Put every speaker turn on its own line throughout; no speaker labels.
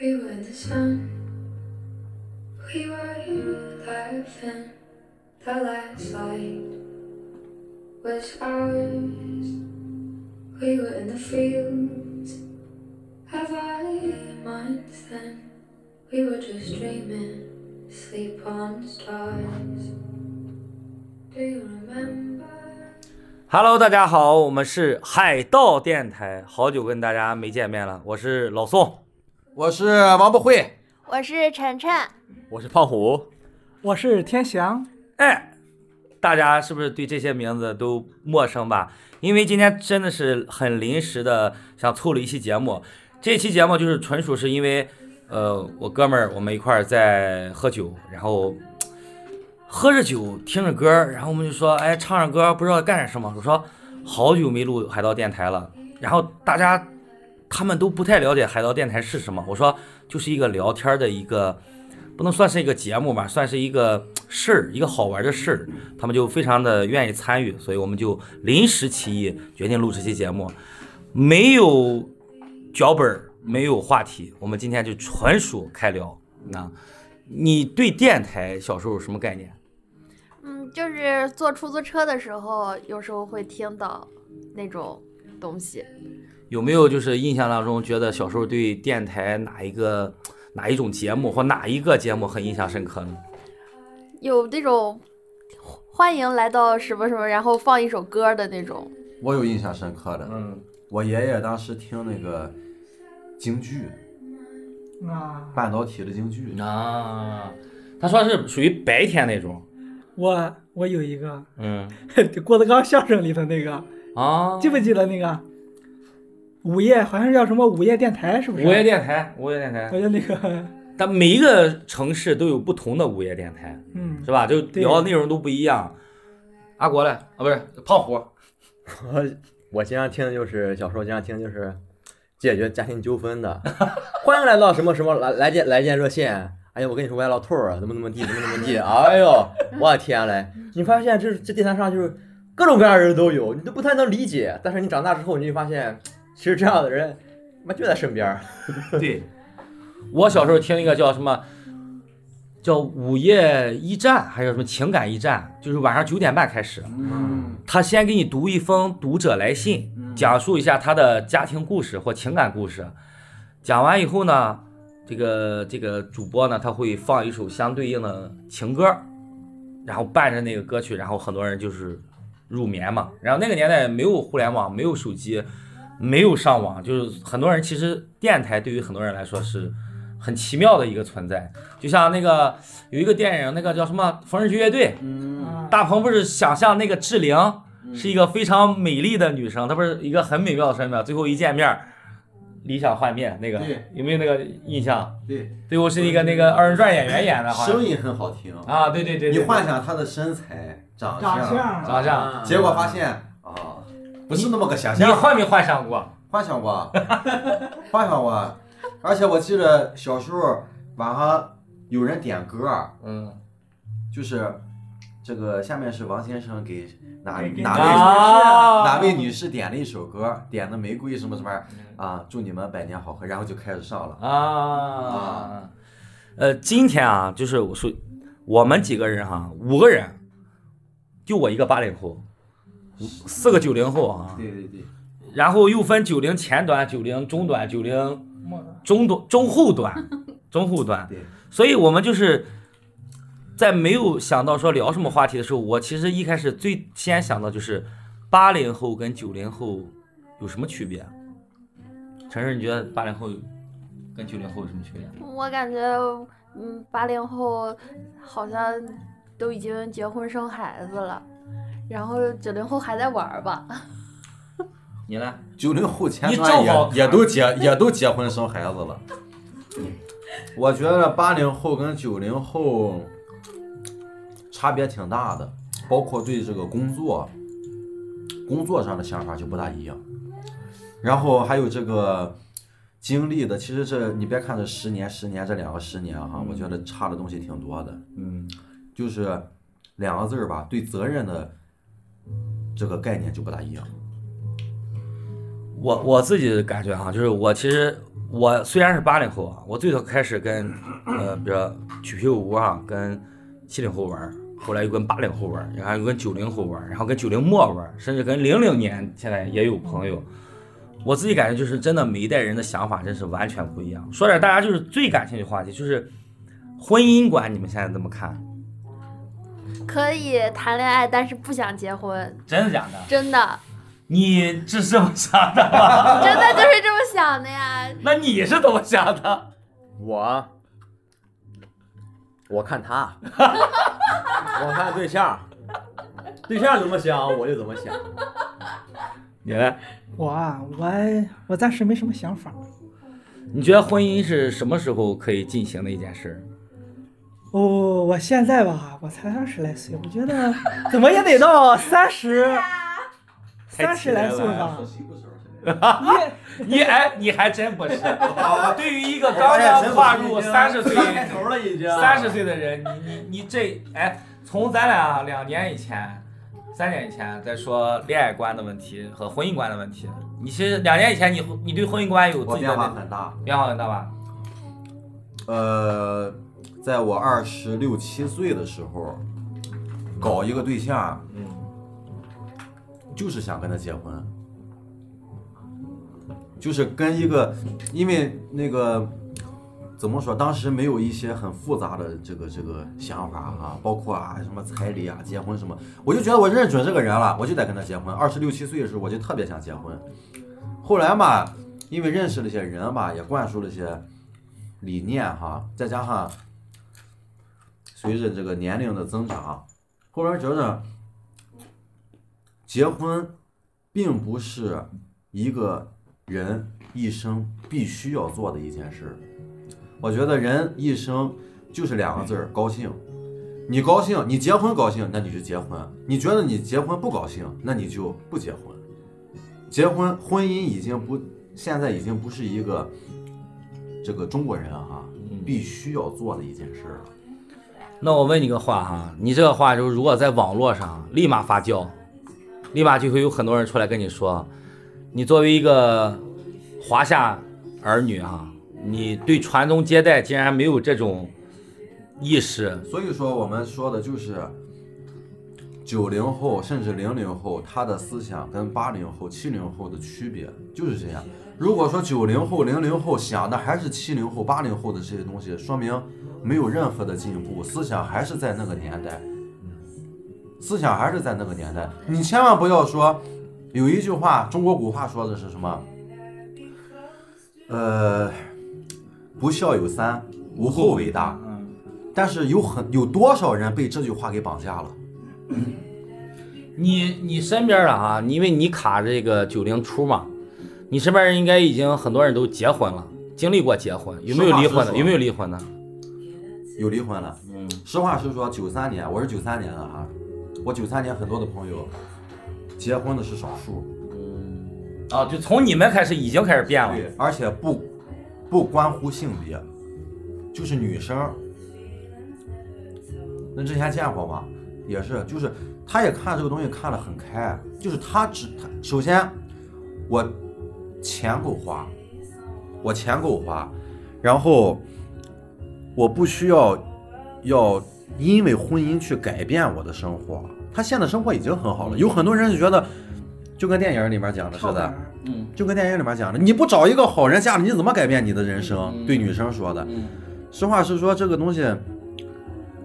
We were in the sun. We were here laughing. The last light was ours. We were in the fields of our minds then. We were just dreaming, sleep on stars. Do you remember?
Hello，大家好，我们是海盗电台，好久跟大家没见面了，我是老宋。
我是王博慧，
我是晨晨，
我是胖虎，
我是天翔，
哎，大家是不是对这些名字都陌生吧？因为今天真的是很临时的，想凑了一期节目。这期节目就是纯属是因为，呃，我哥们儿我们一块儿在喝酒，然后喝着酒听着歌儿，然后我们就说，哎，唱唱歌，不知道干什么。我说好久没录海盗电台了，然后大家他们都不太了解海盗电台是什么。我说就是一个聊天儿的一个，不能算是一个节目吧，算是一个事儿，一个好玩的事儿。他们就非常的愿意参与，所以我们就临时起意决定录这期节目，没有脚本儿，没有话题，我们今天就纯属开聊。啊，你对电台小时候有什么概念？
嗯，就是坐出租车的时候，有时候会听到那种东西。
有没有就是印象当中觉得小时候对电台哪一个哪一种节目或哪一个节目很印象深刻呢？
有那种欢迎来到什么什么，然后放一首歌的那种。
我有印象深刻的，
嗯，
我爷爷当时听那个京剧，
啊，
半导体的京剧，
啊，他说是属于白天那种，
我我有一个
嗯
郭德纲相声里头那个，
啊，
记不记得那个午夜好像叫什么午夜电台是不是？
午夜电台，午夜电台
我，觉得那个，
但每一个城市都有不同的午夜电台，
嗯
是，吧？就
对
聊的内容都不一样。阿国嘞，啊，不是胖虎，
我我经常听的就是小时候经常听的就是解决家庭纠纷的， 欢迎来到什么什么来来电来电热线。哎呀，我跟你说，我家老头儿啊怎么怎么地，怎么怎么地。哎呦，我的天嘞！你发现这这电台上就是各种各样的人都有，你都不太能理解。但是你长大之后，你就发现，其实这样的人，妈就在身边儿。
对， 我小时候听一个叫什么，叫午夜驿站，还有什么情感驿站，就是晚上九点半开始，
嗯，
他先给你读一封读者来信，讲述一下他的家庭故事或情感故事。讲完以后呢，这个这个主播呢，他会放一首相对应的情歌，然后伴着那个歌曲，然后很多人就是入眠嘛。然后那个年代没有互联网，没有手机，没有上网，就是很多人其实电台对于很多人来说是很奇妙的一个存在。就像那个有一个电影，那个叫什么《缝纫机乐队》，
啊
大鹏不是想象那个志玲
嗯
是一个非常美丽的女生，她不是一个很美妙的身材，最后一见面儿，理想幻灭那个
对
有没有那个印象？
对，
最后是一个那个二人转演员演的，好像
声音很好听，
啊，对对对，
你
对
幻想他的身材、长
长
相，
相
长相，啊
结果发现啊，不是那么个想
你
象，
幻没幻想过？
幻想过， 幻想过，而且我记得小时候晚上有人点歌，
嗯
就是这个下面是王先生给哪
给给
哪
哪
位
位
啊，
哪位女士点了一首歌，点的玫瑰什么什么啊，祝你们百年好合，然后就开始上了。
啊，呃，今天啊，就是我说我们几个人哈、五个人，就我一个八零后，四个九零后啊，
对对对，
然后又分九零前端、九零中端、九零中端、中后端、中后端。
对，
所以我们就是在没有想到说聊什么话题的时候，我其实一开始最先想到就是八零后跟九零后有什么区别？啊陈晨，你觉得八零后跟九零后有什么区别？啊
我感觉，嗯，八零后好像都已经结婚生孩子了，然后九零后还在玩儿吧。
你呢？
九零后前
你正好
端也也都结也都结婚生孩子了。我觉得八零后跟九零后差别挺大的，包括对这个工作工作上的想法就不大一样。然后还有这个经历的，其实这你别看这十年、十年这两个十年哈、我觉得差的东西挺多的。
嗯，
就是两个字儿吧，对责任的这个概念就不大一样。
我我自己的感觉啊，就是我其实我虽然是八零后啊，我最早开始跟呃，比如说去 Q 舞啊，跟七零后玩儿，后来又跟八零后玩儿，然后又跟九零后玩儿，然后跟九零末玩儿，甚至跟零零年现在也有朋友。我自己感觉就是真的，每一代人的想法真是完全不一样。说点大家就是最感兴趣的话题，就是婚姻观，你们现在怎么看？
可以谈恋爱，但是不想结婚，
真的假的？
真的，
你是这么想的 吗？
真的就是这么想的呀。
那你是怎么想的？
我，我 看他，我看对象，对象怎么想我就怎么想。
你呢？
我啊，我我暂时没什么想法。
你觉得婚姻是什么时候可以进行的一件事？
哦，我现在吧，我才二十来岁，我觉得 怎么也得到三十，三十来岁吧。
你哎，你还真不是。 对于一个
我
刚
发现
刚
陈
跨
总已
入
经
三十岁、
开头了已经
三十岁的人，你你你这哎，从咱俩两年以前、三年以前在说恋爱观的问题和婚姻观的问题，你其实两年以前你你对婚姻观有
我
自己
变
的
化
那
很大。
变化很大吧？
呃，在我二十六七岁的时候，搞一个对象，
嗯，
就是想跟他结婚，就是跟一个，因为那个怎么说，当时没有一些很复杂的这个这个想法啊，包括啊什么彩礼啊、结婚什么，我就觉得我认准这个人了，我就得跟他结婚。二十六七岁的时候，我就特别想结婚。后来嘛，因为认识了一些人吧，也灌输了一些理念哈，再加上随着这个年龄的增长，后边觉得。结婚并不是一个人一生必须要做的一件事。我觉得人一生就是两个字儿：高兴。你高兴，你结婚高兴，那你就结婚；你觉得你结婚不高兴，那你就不结婚。结婚，婚姻已经不，现在已经不是一个这个中国人啊哈、必须要做的一件事了。
那我问你个话哈，你这个话就是如果在网络上立马发酵，立马就会有很多人出来跟你说，你作为一个华夏儿女啊，你对传宗接代竟然没有这种意识，
所以说，我们说的就是九零后甚至零零后，他的思想跟八零后、七零后的区别就是这样。如果说九零后、零零后想的还是七零后、八零后的这些东西，说明没有任何的进步，思想还是在那个年代，思想还是在那个年代。你千万不要说，有一句话，中国古话说的是什么？呃，不孝有三，无后为大。但是有很有多少人被这句话给绑架了？
你你身边的啊，因为你卡这个九零初嘛，你身边人应该已经很多人都结婚了，经历过结婚，有没有离婚
实话实
的？
说
有没有离婚的？
有离婚了。嗯，实话实说，九三年我是九三年的哈，我九三年很多的朋友结婚的是少数，
啊，就从你们开始已经开始变了。
对，而且不不关乎性别，就是女生。那之前见过吗？也是，就是她也看这个东西看得很开，就是她只她首先我钱够花，我钱够花，然后我不需要要因为婚姻去改变我的生活。她现在生活已经很好了，有很多人就觉得，就跟电影里面讲的似
跳
的
板，
嗯
就跟电影里面讲的，你不找一个好人嫁了，你怎么改变你的人生？
嗯
对女生说的，
嗯，
实话实说，这个东西，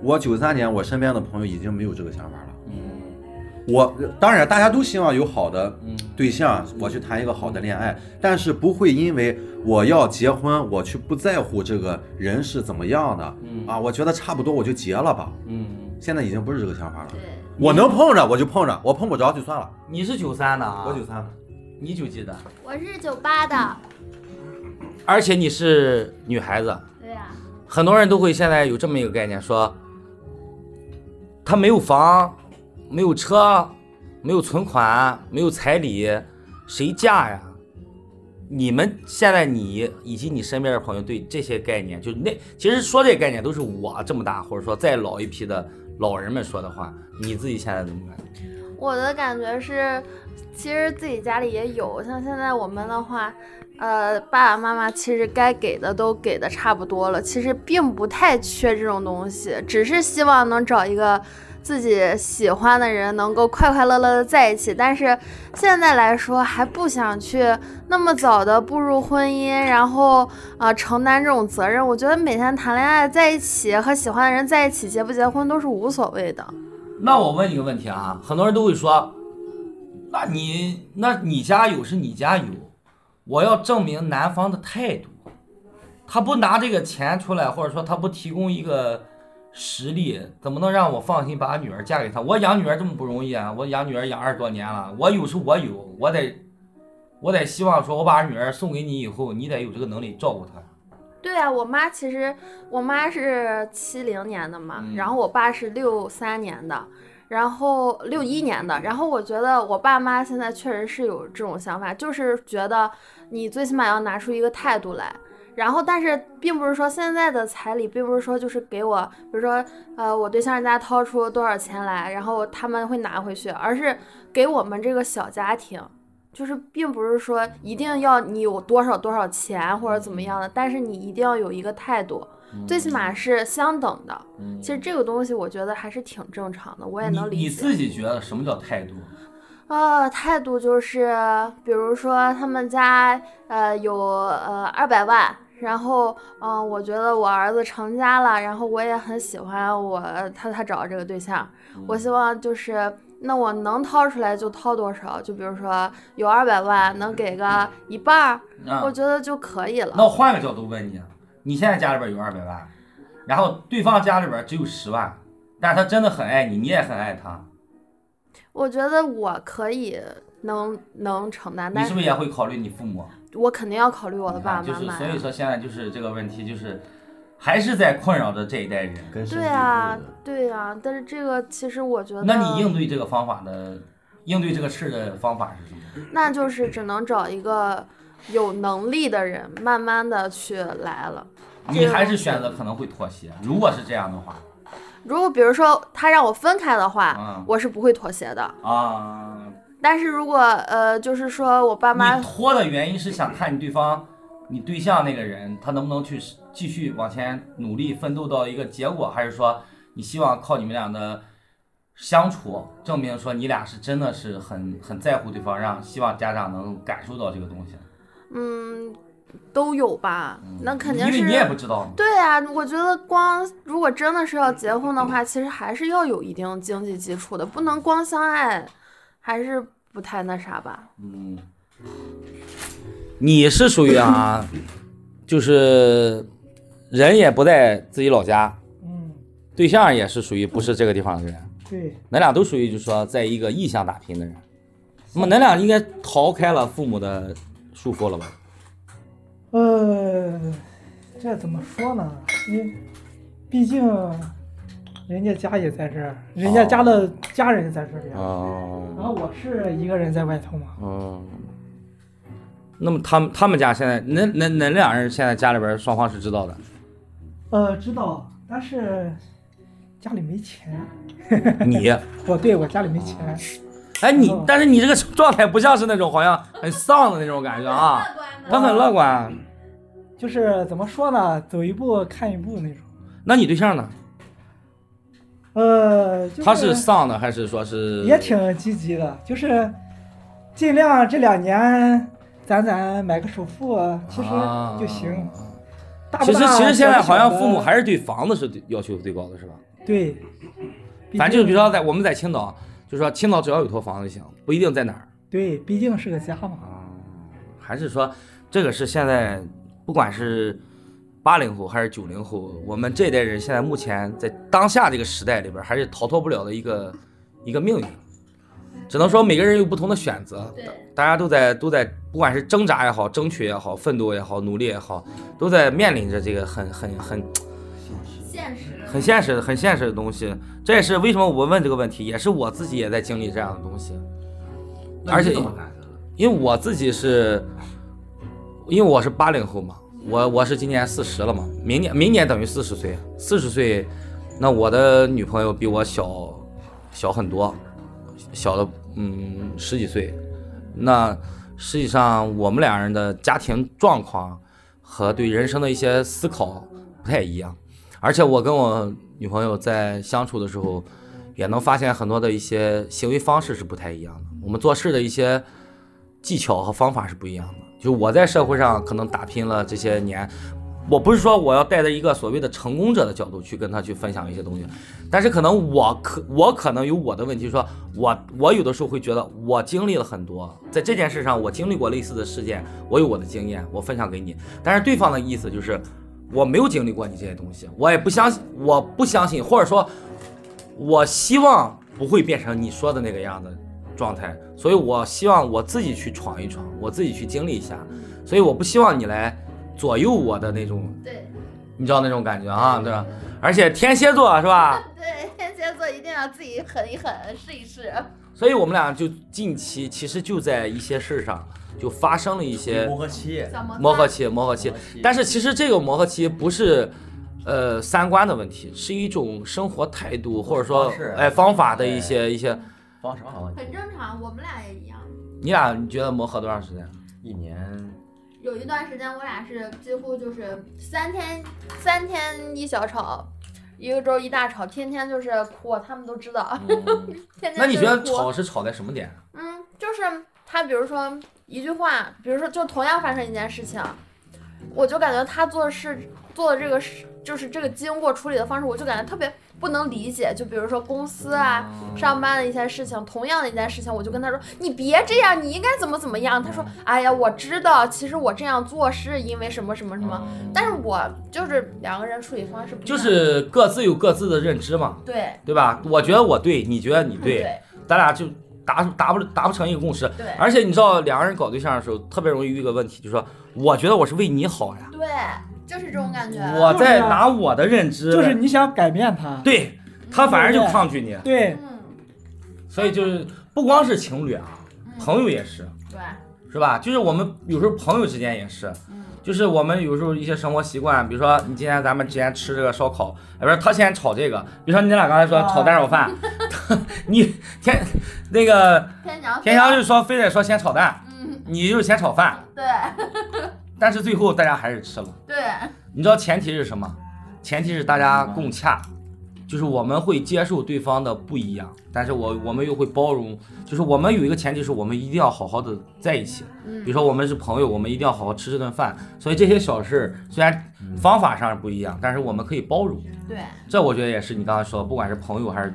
我九三年我身边的朋友已经没有这个想法了。
嗯
我当然大家都希望有好的
嗯
对象，我去谈一个好的恋爱，但是不会因为我要结婚，我去不在乎这个人是怎么样的啊，我觉得差不多我就结了吧。
嗯，
现在已经不是这个想法了，
对，
我能碰着我就碰着，我碰不着就算了。
你是九三的啊？
我九，三的，
你九几的？
我是九八的，
而且你是女孩子，
对呀、
很多人都会现在有这么一个概念，说他没有房，没有车，没有存款，没有彩礼，谁嫁呀？你们现在你以及你身边的朋友对这些概念，就是那其实说这些概念都是我这么大，或者说再老一批的老人们说的话，你自己现在怎么看？
我的感觉是，其实自己家里也有，像现在我们的话，呃，爸爸妈妈其实该给的都给的差不多了，其实并不太缺这种东西，只是希望能找一个自己喜欢的人，能够快快乐乐的在一起。但是现在来说，还不想去那么早的步入婚姻，然后啊、呃承担这种责任。我觉得每天谈恋爱在一起和喜欢的人在一起，结不结婚都是无所谓的。
那我问你个问题啊，很多人都会说，那你那你家有是你家有，我要证明男方的态度，他不拿这个钱出来，或者说他不提供一个实力，怎么能让我放心把女儿嫁给他？我养女儿这么不容易啊，我养女儿养二十多年了，我有是我有，我得我得希望说我把女儿送给你以后，你得有这个能力照顾她。
对啊，我妈其实我妈是七零年的嘛，
嗯
然后我爸是六三年的，然后六一年的，然后我觉得我爸妈现在确实是有这种想法，就是觉得你最起码要拿出一个态度来。然后，但是并不是说现在的彩礼，并不是说就是给我，比如说，呃，我对象人家掏出多少钱来，然后他们会拿回去，而是给我们这个小家庭，就是并不是说一定要你有多少多少钱或者怎么
嗯
样的，但是你一定要有一个态度，最起码是相等的。其实这个东西我觉得还是挺正常的，我也
嗯你
能
你
理解。
自己觉得什么叫态度？
啊，态度就是，比如说他们家呃有呃二百万，然后嗯、呃我觉得我儿子成家了，然后我也很喜欢我他他找这个对象，我
嗯
希望就是那我能掏出来就掏多少，就比如说有二百万能给个一半儿，
啊
我觉得就可以
那
了。
我换个角度问你，啊你现在家里边有二百万，然后对方家里边只有十万，但是他真的很爱你，你也很爱他，
我觉得我可以能能承担，
你
但
是不是也会考虑你父母？啊
我肯定要考虑我的
你
爸
看
爸
就
妈
是
妈
所以
呀。
说现在就是这个问题，就是还是在困扰着这一代人。
跟
对啊，对啊，但是这个其实我觉得，
那你应对这个方法的，应对这个事的方法是什么？
那就是只能找一个有能力的人，慢慢的去来了。
你还是选择可能会妥协。如果是这样的话，
如果比如说他让我分开的话，
嗯
我是不会妥协的。
啊，
但是如果呃，就是说我爸妈
你拖的原因是想看你对方，你对象那个人他能不能去继续往前努力奋斗到一个结果，还是说你希望靠你们俩的相处证明说你俩是真的是很很在乎对方，让希望家长能感受到这个东西？
嗯都有吧，那肯定
因
是
为嗯你也不知道嘛。
对啊，我觉得光如果真的是要结婚的话，其实还是要有一定经济基础的，不能光相爱，还是不太那啥吧。
嗯，你是属于啊，就是人也不在自己老家，
嗯，
对象也是属于不是这个地方的人。
对，
咱俩都属于就是说在一个异乡打拼的人，那么咱俩应该逃开了父母的束缚了吧？
呃，这怎么说呢？因为毕竟人家家也在这儿，人家家的家人在这里啊。然后
哦，
我是一个人在外头嘛，
哦，
那么他们他们家现在，恁恁恁俩人现在家里边双方是知 道的，
呃，知道，但是家里没钱，
你，
我对我家里没钱，
哎你
哦，
但是你这个状态不像是那种好像很丧的那种感觉
哦
啊，他很乐观。
就是怎么说呢，走一步看一步那种。
那你对象呢？
呃，就
他是丧的还是说是
也挺积极的，就是尽量这两年攒攒买个首付啊，其实就行。
啊
大不
其实
大
其实现在好像
小不小的
父母还是对房子是最要求最高的，是吧？
对，毕
咱
竟
就比如说在我们在青岛，就说青岛只要有套房子就行，不一定在哪儿。
对，毕竟是个家嘛。
啊，还是说这个是现在不管是八零后还是九零后，我们这代人现在目前在当下这个时代里边，还是逃脱不了的一个一个命运。只能说每个人有不同的选择，大家都在都在，不管是挣扎也好，争取也好，奋斗也好，努力也好，都在面临着这个很很很
现实
很现实、很现实的东西。这也是为什么我问这个问题，也是我自己也在经历这样的东西。而且因为我自己是，因为我是八零后嘛，我我是今年四十了嘛，明年明年等于四十岁，四十岁，那我的女朋友比我小小很多，小了嗯十几岁，那实际上我们俩人的家庭状况和对人生的一些思考不太一样，而且我跟我女朋友在相处的时候，也能发现很多的一些行为方式是不太一样的，我们做事的一些技巧和方法是不一样的。就我在社会上可能打拼了这些年，我不是说我要带着一个所谓的成功者的角度去跟他去分享一些东西，但是可能我可我可能有我的问题，说我我有的时候会觉得我经历了很多，在这件事上我经历过类似的事件，我有我的经验，我分享给你。但是对方的意思就是我没有经历过你这些东西，我也不相信，我不相信，或者说我希望不会变成你说的那个样子状态，所以我希望我自己去闯一闯，我自己去经历一下，所以我不希望你来左右我的那种，
对
你知道那种感觉啊，对吧？而且天蝎座是吧？
对，天蝎座一定要自己狠一狠，试一试。
所以我们俩就近期其实就在一些事上就发生了一些
磨合期，
小摩
磨合
擦
期，磨合期
磨合期。
但是其实这个磨合期不是，呃，三观的问题，是一种生活态度或者说
方式
哎方法的一
对
些一些。
方式好问题，
很正常，我们俩也一样。
你俩你觉得磨合多长时间？
一年
有一段时间我俩是几乎就是三天三天一小吵，一个周一大吵，天天就是哭，啊他们都知道，天天
那你
就
觉
是
得
哭
吵是吵在什么点？
嗯，就是他，比如说一句话，比如说就同样发生一件事情，我就感觉他做事做的这个事，就是这个经过处理的方式，我就感觉特别不能理解。就比如说公司啊，上班的一些事情，同样的一件事情，我就跟他说，你别这样，你应该怎么怎么样。他
嗯
说，哎呀，我知道，其实我这样做是因为什么什么什么，但是我就是两个人处理方式不一
嗯就
样
是各自有各自的认知嘛，
对
对吧？我觉得我对，你觉得你对，
对
咱俩就达达不达不成一个共识。
对
而且你知道，两个人搞对象的时候，特别容易遇一个问题，就是说，我觉得我是为你好呀，
对，就是这种感觉。
我在拿我的认知，
就是你想改变他，
对他反而就抗拒你，
对，
嗯
所以就是不光是情侣啊，
嗯，
朋友也是，
对，
是吧？就是我们有时候朋友之间也是，
嗯。
就是我们有时候一些生活习惯，比如说你今天咱们之前吃这个烧烤，哎，不是他先炒这个，比如说你俩刚才说
啊
炒蛋炒饭， 你天那个
天翔，
天翔就说非得说先炒蛋，
嗯，
你就是先炒饭，
对
但是最后大家还是吃了。
对，
你知道前提是什么？前提是大家共洽，就是我们会接受对方的不一样，但是我我们又会包容，就是我们有一个前提是我们一定要好好的在一起。
嗯
比如说我们是朋友，我们一定要好好吃这顿饭。所以这些小事虽然
嗯
方法上是不一样，但是我们可以包容。
对
这我觉得也是你刚才说的，不管是朋友还是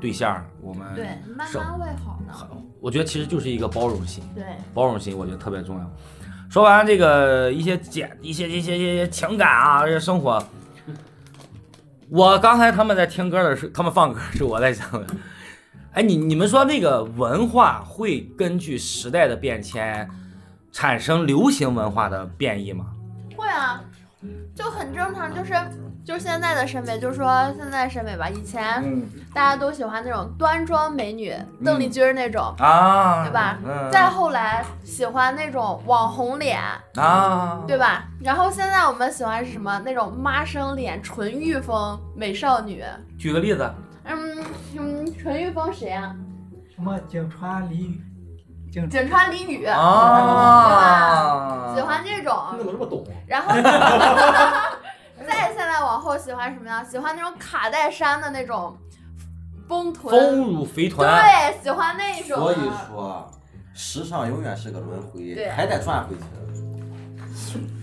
对象，我们
对，慢
是
慢会好的。
我觉得其实就是一个包容心。
对，
包容心，我觉得特别重要。说完这个一些简一些一些一些一些情感啊，这些生活，我刚才他们在听歌的时候，他们放歌是我在想的。 哎，你你们说那个文化会根据时代的变迁产生流行文化的变异吗？
会啊，就很正常，就是。就是现在的审美，就说现在审美吧，以前
嗯
大家都喜欢那种端庄美女，邓丽君那种；
啊，
对吧
嗯
再后来喜欢那种网红脸，
啊，
对吧？然后现在我们喜欢是什么？那种妈生脸、纯欲风美少女。
举个例子，
嗯嗯，纯欲风谁啊？
什么井川里雨，井
井川里雨，
啊，
喜欢这种。
你怎么这么懂？
然后，再下来往后喜欢什么呀？喜欢那种卡戴珊的那种丰臀，
丰乳肥臀，
对，喜欢那种。
所以说，时尚永远是个轮回
对，
还得转回去。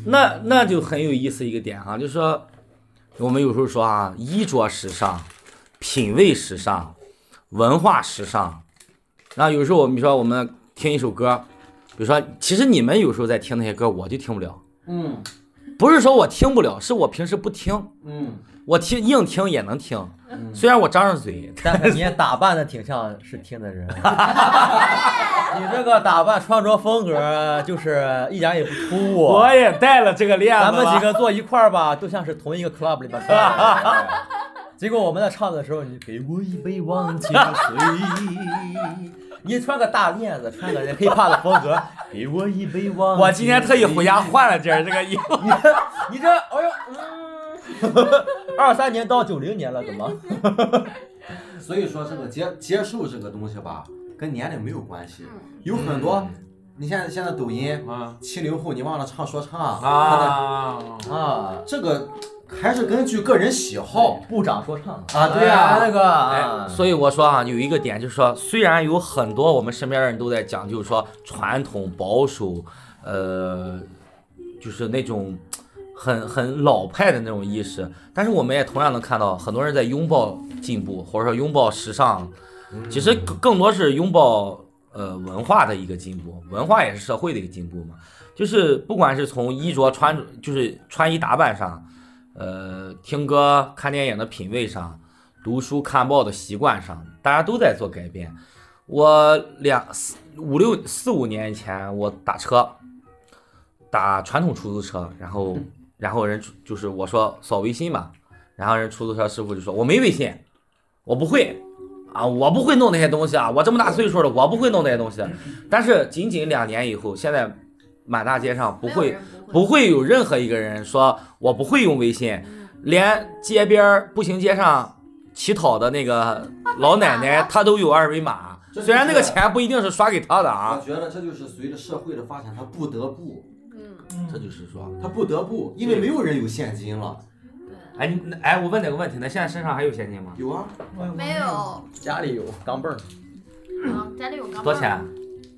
那那就很有意思一个点啊，就是说我们有时候说啊，衣着时尚、品味时尚、文化时尚，然后有时候我们说我们听一首歌，比如说其实你们有时候在听那些歌，我就听不了，
嗯
不是说我听不了，是我平时不听，
嗯，
我听硬听也能听，虽然我张着 嘴，
但是你也打扮的挺像是听的 人，你这个打扮穿着风格就是一点也不突兀。
也带了这个链
咱们几个坐一块儿吧，都像是同一个 club 里边儿的 人。结果我们在唱的时候，你给我一杯忘情水，你穿个大链子，穿个那 hiphop 的风格，给我一杯忘情水。
我今天特意回家换了件这个衣服，
你你这，哎呦，嗯， 二三年到九零年了，怎么？
所以说这个接接受这个东西吧，跟年龄没有关系，有很多。
嗯
你现在现在抖音，
啊
七零后你忘了唱说唱啊
啊，
啊，这个还是根据个人喜好
部长说唱
啊，对呀、
哎那个
哎，
啊，
所以我说啊，有一个点就是说，虽然有很多我们身边的人都在讲究说传统保守，呃，就是那种很很老派的那种意识，但是我们也同样能看到很多人在拥抱进步，或者说拥抱时尚，
嗯
其实更更多是拥抱呃文化的一个进步，文化也是社会的一个进步嘛，就是不管是从衣着穿，就是穿衣打扮上。呃，听歌、看电影的品味上，读书看报的习惯上，大家都在做改变。我两四五六四五年以前，我打车，打传统出租车，然后然后人出就是我说扫微信嘛，然后人出租车师傅就说我没微信，我不会啊，我不会弄那些东西啊，我这么大岁数了，我不会弄那些东西。但是仅仅两年以后，现在满大街上不会不会有任何一个人说我不会用微信，连街边儿步行街上乞讨的那个老奶奶，她都有二维码。
这就是
虽然那个钱不一定是刷给她的
我
啊，
觉得这就是随着社会的发展，他不得不，
嗯
嗯
这就是说，
他不得不，因为没有人有现金了。
哎，你那哎，我问你个问题，那现在身上还有现金吗？
有啊，
我我
没有，
家里有钢镚儿，
嗯，家里有钢镚
多
儿
少钱？？啊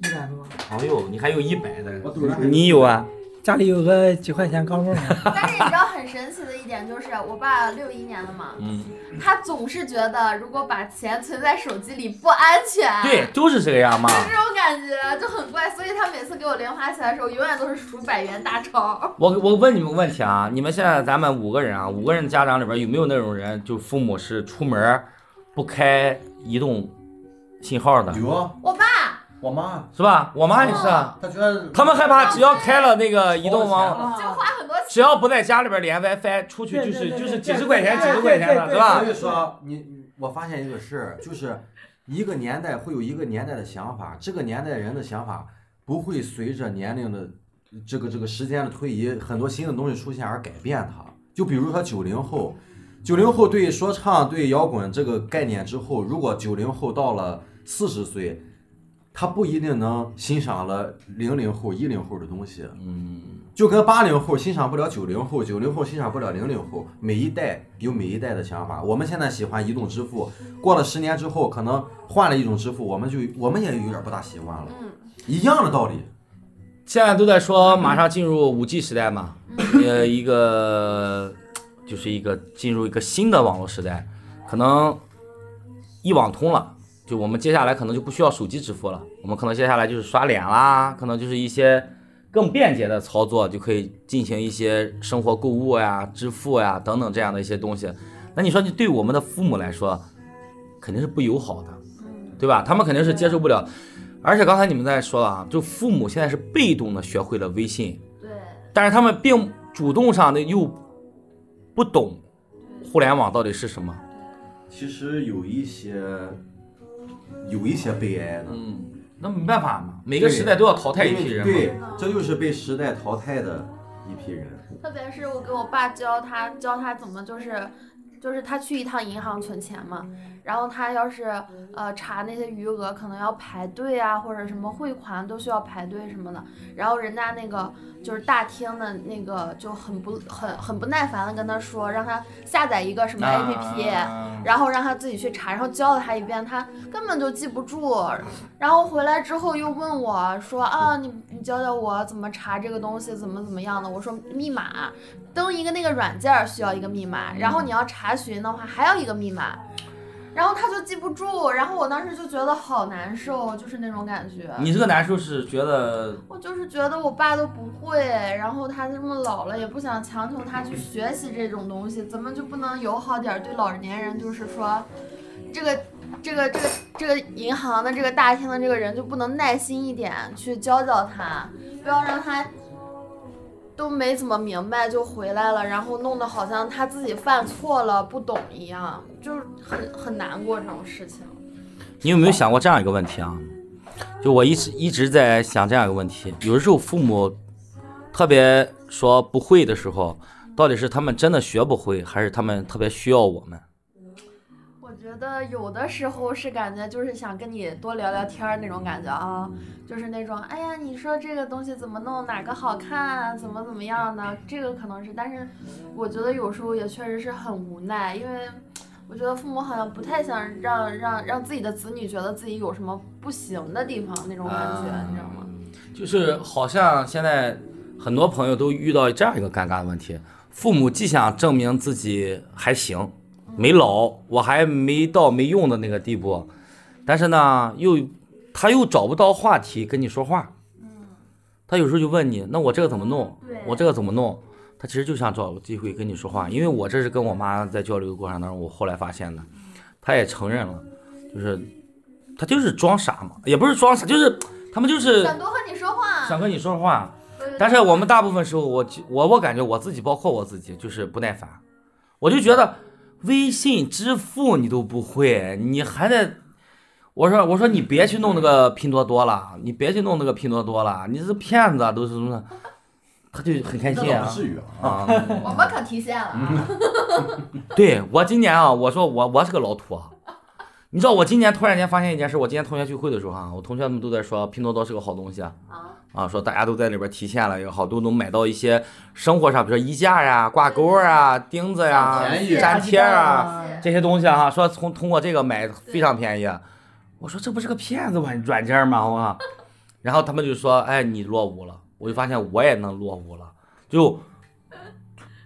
一百多，
哎呦，你还有一百的
我突然，
你有啊？
家里有个几块钱钢镚儿嘛，
但是你知道很神奇的一点就是，我爸六一年的嘛，
嗯，
他总是觉得如果把钱存在手机里不安全。
对，。就是这个样嘛。
这种感觉就很怪，所以他每次给我零花钱的时候，永远都是数百元大钞。
我我问你们个问题啊，你们现在咱们五个人啊，五个人家长里边有没有那种人，就父母是出门儿不开移动信号的，
有啊，
我爸
我妈
是吧？我妈也是啊，
她觉得
他们害怕只要开了那个移动网，
啊
就花很多钱，
只要不在家里边连 WiFi，出去就
对对
是
对
就是
对
几十
对
块钱
对
几十块钱的，
对
对
所
吧？
以说你你我发现一个事儿，就是一个年代会有一个年代的想法，这个年代人的想法不会随着年龄的这个这个时间的推移，很多新的东西出现而改变它。就比如说九零后，九零后对说唱、对摇滚这个概念之后，如果九零后到了四十岁，他不一定能欣赏了零零后、一零后的东西。
嗯，
就跟八零后欣赏不了九零后，九零后欣赏不了零零后，每一代有每一代的想法。我们现在喜欢移动支付，过了十年之后，可能换了一种支付，我们就我们也有点不大习惯了。
嗯，
一样的道理。
现在都在说马上进入五 G 时代嘛，呃，一个就是一个进入一个新的网络时代，可能一网通了，就我们接下来可能就不需要手机支付了，我们可能接下来就是刷脸啦，可能就是一些更便捷的操作就可以进行一些生活购物呀、支付呀等等这样的一些东西。那你说，你对我们的父母来说，肯定是不友好的，对吧？他们肯定是接受不了。而且刚才你们在说了啊，就父母现在是被动的学会了微信，
对，
但是他们并主动上的又不懂互联网到底是什么。
其实有一些有一些悲哀的，
嗯，那没办法嘛，每个时代都要淘汰一批人嘛。
对，这就是被时代淘汰的一批人。
特别是我给我爸教他教他怎么就是，就是他去一趟银行存钱嘛，然后他要是呃查那些余额，可能要排队啊，或者什么汇款都需要排队什么的。然后人家那个就是大厅的那个就很不很很不耐烦的跟他说，让他下载一个什么 APP，、
啊
然后让他自己去查，然后教了他一遍，他根本就记不住。然后回来之后又问我说啊，你你教教我怎么查这个东西，怎么怎么样的？我说密码，登一个那个软件儿需要一个密码，然后你要查询的话还要一个密码。然后他就记不住，然后我当时就觉得好难受，就是那种感觉。
你这个难受是觉得
我就是觉得我爸都不会，然后他这么老了，也不想强求他去学习这种东西，怎么就不能友好点儿对老年人？就是说，这个这个这个这个银行的这个大厅的这个人就不能耐心一点去教教他，不要让他都没怎么明白就回来了，然后弄得好像他自己犯错了不懂一样，就是很很难过这种事情。
你有没有想过这样一个问题啊？就我一直一直在想这样一个问题，有的时候父母特别说不会的时候，到底是他们真的学不会，还是他们特别需要我们？
我觉觉得有的时候是感觉就是想跟你多聊聊天儿那种感觉啊，
嗯
就是那种哎呀，你说这个东西怎么弄，哪个好看啊，怎么怎么样呢？这个可能是，但是我觉得有时候也确实是很无奈，因为我觉得父母好像不太想让让让自己的子女觉得自己有什么不行的地方那种感觉，
啊
你知道吗？
就是好像现在很多朋友都遇到这样一个尴尬的问题：父母既想证明自己还行，没老，我还没到没用的那个地步，但是呢，又他又找不到话题跟你说话。他有时候就问你，那我这个怎么弄？我这个怎么弄？他其实就想找个机会跟你说话，因为我这是跟我妈在交流的过程当中，我后来发现的，他也承认了，就是他就是装傻嘛，也不是装傻，就是他们就是
想多和你说话，
想跟你说话，但是我们大部分时候，我就我我感觉我自己，包括我自己，就是不耐烦，我就觉得微信支付你都不会，你还得，我说我说你别去弄那个拼多多了，你别去弄那个拼多多了，你是骗子，都是什么，他就很开心
那倒
啊
不至于啊。
啊，
我们可提现了啊，
嗯对我今年啊，我说我我是个老土啊。你知道我今年突然间发现一件事，我今年同学聚会的时候啊，我同学们都在说拼多多是个好东西啊，
啊
啊，说大家都在里边提现了也好，都能买到一些生活上，比如说衣架呀、挂钩啊、钉子呀、
便宜
粘贴啊
是
这些东西啊，说从通过这个买非常便宜。啊我说这不是个骗子软软件吗？我靠，然后他们就说，哎，你落伍了。我就发现我也能落伍了，就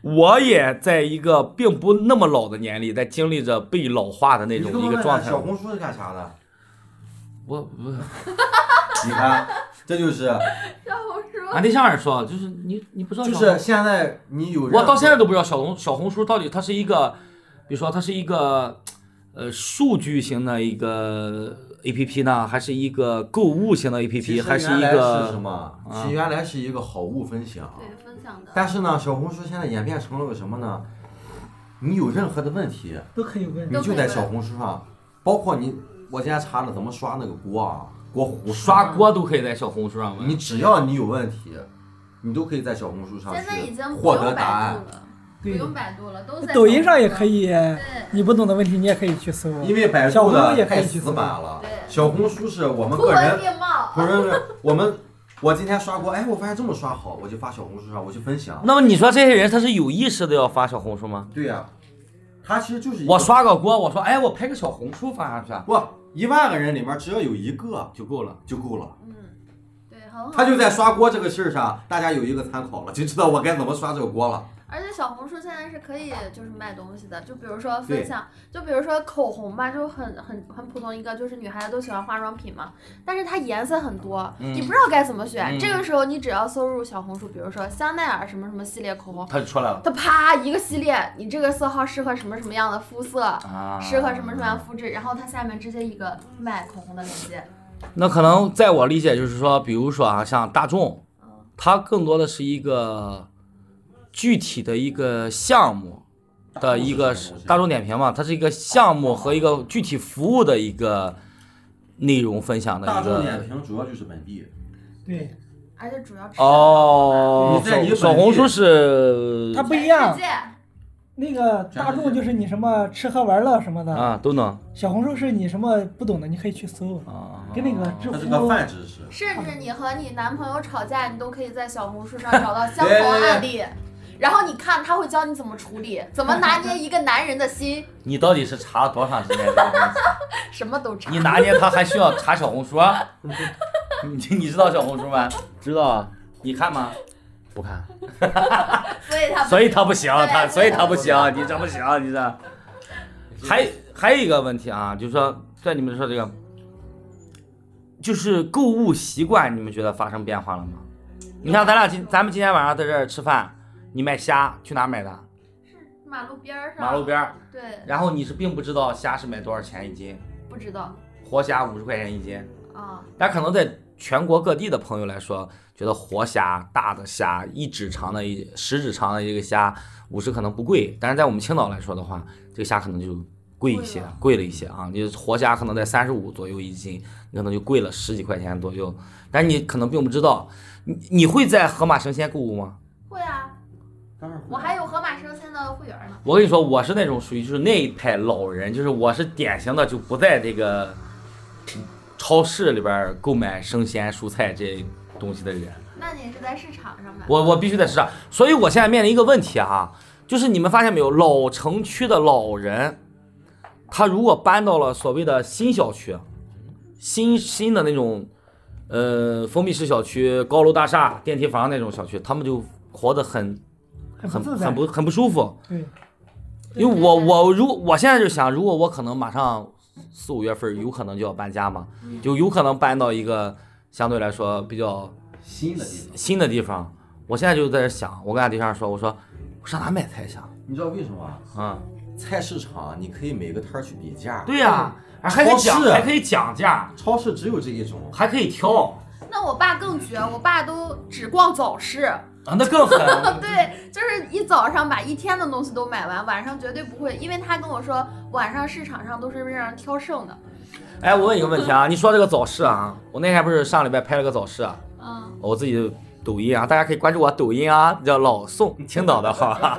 我也在一个并不那么老的年龄，在经历着被老化的那种一个状态。
小红书是干啥 的？
我我
你看，这 就是
小红书
俺对象也说，就是你你不知道
就
小红
是现在你有
我到现在
都
都不知道小红小红书到底它是一个，比如说它是一个，呃，数据型的一个 A P P 呢，还是一个购物型的 A P
其
P，
实
还是
原
一
来是嗯什
个
么？
啊
其原来是一个好物分享，
对分享的，
但是呢，小红书现在演变成了个什么呢？你有任何的问题，
都可以问
你。就在小红书上，包括你，我今天查了怎么刷那个锅啊，锅糊
刷，锅都可以在小红书上
你
问。
只要你有问题，你都可以在小红书上
现在已
去
经不
啊获得
用
答
百度
案，
了，不
对，
用百度了，都在
抖音
小
上也
红书
可以，
对。
你不懂的问题你也可以去搜。
因为百
小
度
红书
的
也可
太
以去
死
搜
板了
对，
小红书是我们
图
个人
文并茂，
不是不是，我们我今天刷锅，哎，我发现这么刷好，我就发小红书上，我去分享。
那么你说这些人他是有意识的要发小红书吗？
对呀、他其实就是一个
我刷个锅，我说哎，我拍个小红书发上去啊
不一万个人里面只要有一个
就够了。
就够了。
嗯，对，很好。
他就
嗯
在刷锅这个事儿上，大家有一个参考了，就知道我该怎么刷这个锅了。
而且小红书现在是可以就是卖东西的，就比如说分享，就比如说口红吧，就很很很普通一个，就是女孩子都喜欢化妆品嘛，但是它颜色很多，
嗯
你不知道该怎么
嗯
选。这个时候你只要搜入小红书，比如说香奈儿什么什么系列口红，
他就出来
嗯
了
它啪一个系列，你这个色号适合什么什么样的肤色，
啊
适合什么什么样的肤质，然后它下面直接一个卖口红的链接。
那可能在我理解就是说，比如说啊，像大众，
嗯
它更多的是一个具体的一个项目的一个是大众点评嘛，它是一个项目和一个具体服务的一个内容分享的
大
一
众
个
点。评主要就是本地，
对，
而且主要吃
哦，
你在
小
你本地
小红书是
它不
全
一样
世。界
那个大众就是你什么吃喝玩乐什么的，
啊都能
小红书是你什么不懂的你可以去搜，
啊，
跟那个知
它
乎
是个
哦
泛知识。
甚至你和你男朋友吵架，你都可以在小红书上找到相同案例，然后你看他会教你怎么处理，怎么拿捏一个男人的心，
你到底是查了多长时间这个东西？
什么都查
你。拿捏它还需要查小红书？你 你知道小红书吗？
知道啊，
你看吗？
不看。
所 以他
所以他不行，
对
他所以他不行
对，
你这哎不行，你这。还还有一个问题啊，就是说，在你们说这个，就是购物习惯，你们觉得发生变化了吗？你看咱俩今咱们今天晚上在这儿吃饭，你买虾去哪儿买的？
马路边儿上，
马路边儿。
对，
然后你是并不知道虾是买多少钱一斤，
不知道
活虾五十块钱一斤。
啊，
但可能在全国各地的朋友来说，觉得活虾、大的虾、一指长的一十指长的一个虾，五十可能不贵，但是在我们青岛来说的话，这个虾可能就贵一些
贵了，
贵了一些啊。你活虾可能在三十五左右一斤，你可能就贵了十几块钱左右，但你可能并不知道。你你会在盒马生鲜购物吗？
会啊，
当然会
我还有盒马生鲜的的会员呢。
我跟你说，我是那种属于就是那一派老人，就是我是典型的就不在这个超市里边儿购买生鲜蔬菜这些东西的人。
那你是在市场上买？
我我必须得市场，所以我现在面临一个问题啊，就是你们发现没有，老城区的老人，他如果搬到了所谓的新小区，啊新新的那种，呃，封闭式小区、高楼大厦、电梯房那种小区，他们就活得很
很
很
自在，
很不很不舒服。
对，
因为我我如果我现在就想，如果我可能马上四五月份有可能就要搬家嘛，就有可能搬到一个相对来说比较
新的地方。
新的地方，我现在就在这想，我跟俺对象说，我说我上哪买菜去啊？
你知道为什么啊？
嗯，
菜市场你可以每个摊儿去比价，
对呀、啊，还可以讲
超市
还可以讲价，
超市只有这一种。
还可以挑
那我爸更绝，我爸都只逛早市，
啊，那更狠。
对，就是一早上把一天的东西都买完，晚上绝对不会，因为他跟我说晚上市场上都是让人挑剩的。
哎，我问你个问题啊，你说这个早市啊，我那天不是上礼拜拍了个早市啊，
嗯，
我自己的抖音啊，大家可以关注我抖音啊，叫老宋，青岛的哈，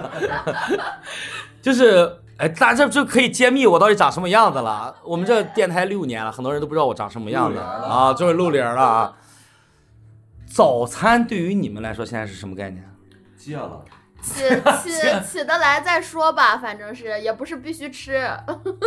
就是。哎，大家这就可以揭秘我到底长什么样子了。我们这电台六年了，很多人都不知道我长什么样子
露脸了
啊，就是露脸了啊。早餐对于你们来说现在是什么概念？
戒了，
起起起得来再说吧，反正是也不是必须吃，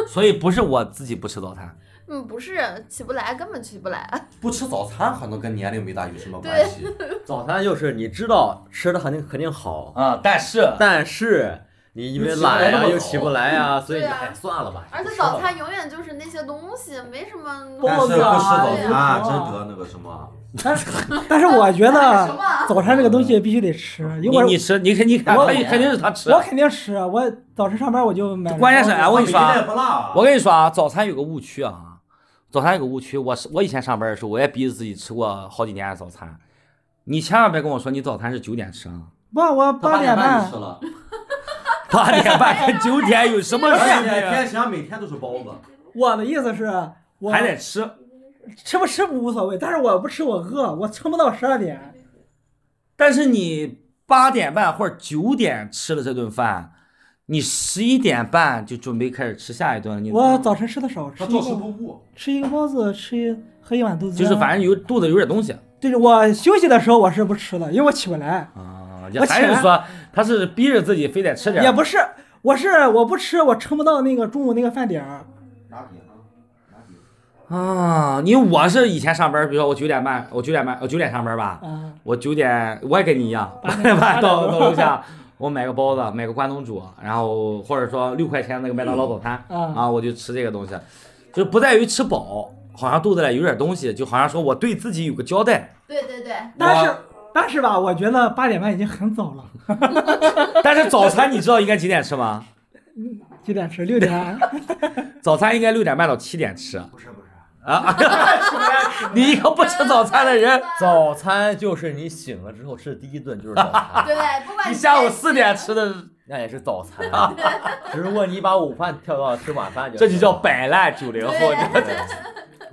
所以不是我自己不吃早餐，
嗯，不是起不来，根本起不来。
不吃早餐可能跟年龄没大有什么关系。
早餐就是你知道吃的肯定肯定好，
啊、但是
但是你因为懒呀、又起不来呀、 所以你
对啊
哎算了吧。
而且早餐永远就是那些东西，没什么。
但是不吃早
对啊
餐真得那个什么，
但是我觉
什
得
么？
早餐这个东西必须得吃，因
你
为我
你吃你肯你肯
我
定肯定是他吃。啊
我肯定吃，我早晨上班我就买。
关键是哎我跟你说啊
米线不辣，
我跟你说啊，早餐有个误区啊，早餐有个误区。我是我以前上班的时候，我也逼着自己吃过好几年的早餐。你千万别跟我说你早餐是九点吃啊，
不，我
他
八
点
点半
就吃，了，
八点半跟九点有什么
而
区
且
别？
天翔每天都是包子，
我的意思是， 我
还得吃，
吃不吃不无所谓，但是我不吃我饿，我撑不到十二点。
但是你八点半或者九点吃了这顿饭，你十一点半就准备开始吃下一顿了。你
我早晨吃的少，吃
他
一
照吃不
个
误。
吃一个包子，吃一喝一碗豆子
就是反正有肚子有点东西
对我休息的时候我是不吃的，因为我起不来，
啊，也
我
还
起
是
来
说他是逼着自己非得吃点儿。
也不是，我是我不吃，我撑不到那个中午那个饭点儿。
拿笔啊，拿笔。
啊，因为我是以前上班，比如说我九点半，我九点半，我九点上班吧，
啊，
我九点我也跟你一样，八 点半到到楼下，我买个包子，买个关东煮，然后或者说六块钱那个麦当劳早餐、
嗯
啊，我就吃这个东西，就是不在于吃饱，好像肚子里有点东西，就好像说我对自己有个交代，
对对对，
但是但是吧，我觉得八点半已经很早了，
但是早餐你知道应该几点吃吗？
几点吃？六点。
早餐应该六点半到七点吃。不是不是啊， 你一个不吃早餐的人，
早餐就是你醒了之后吃的第一顿就是早 餐，
对，不管
你下午
在
四点吃的
那也是早餐。只不过你把午饭跳到吃晚饭去了，
这就叫摆烂九零后，
对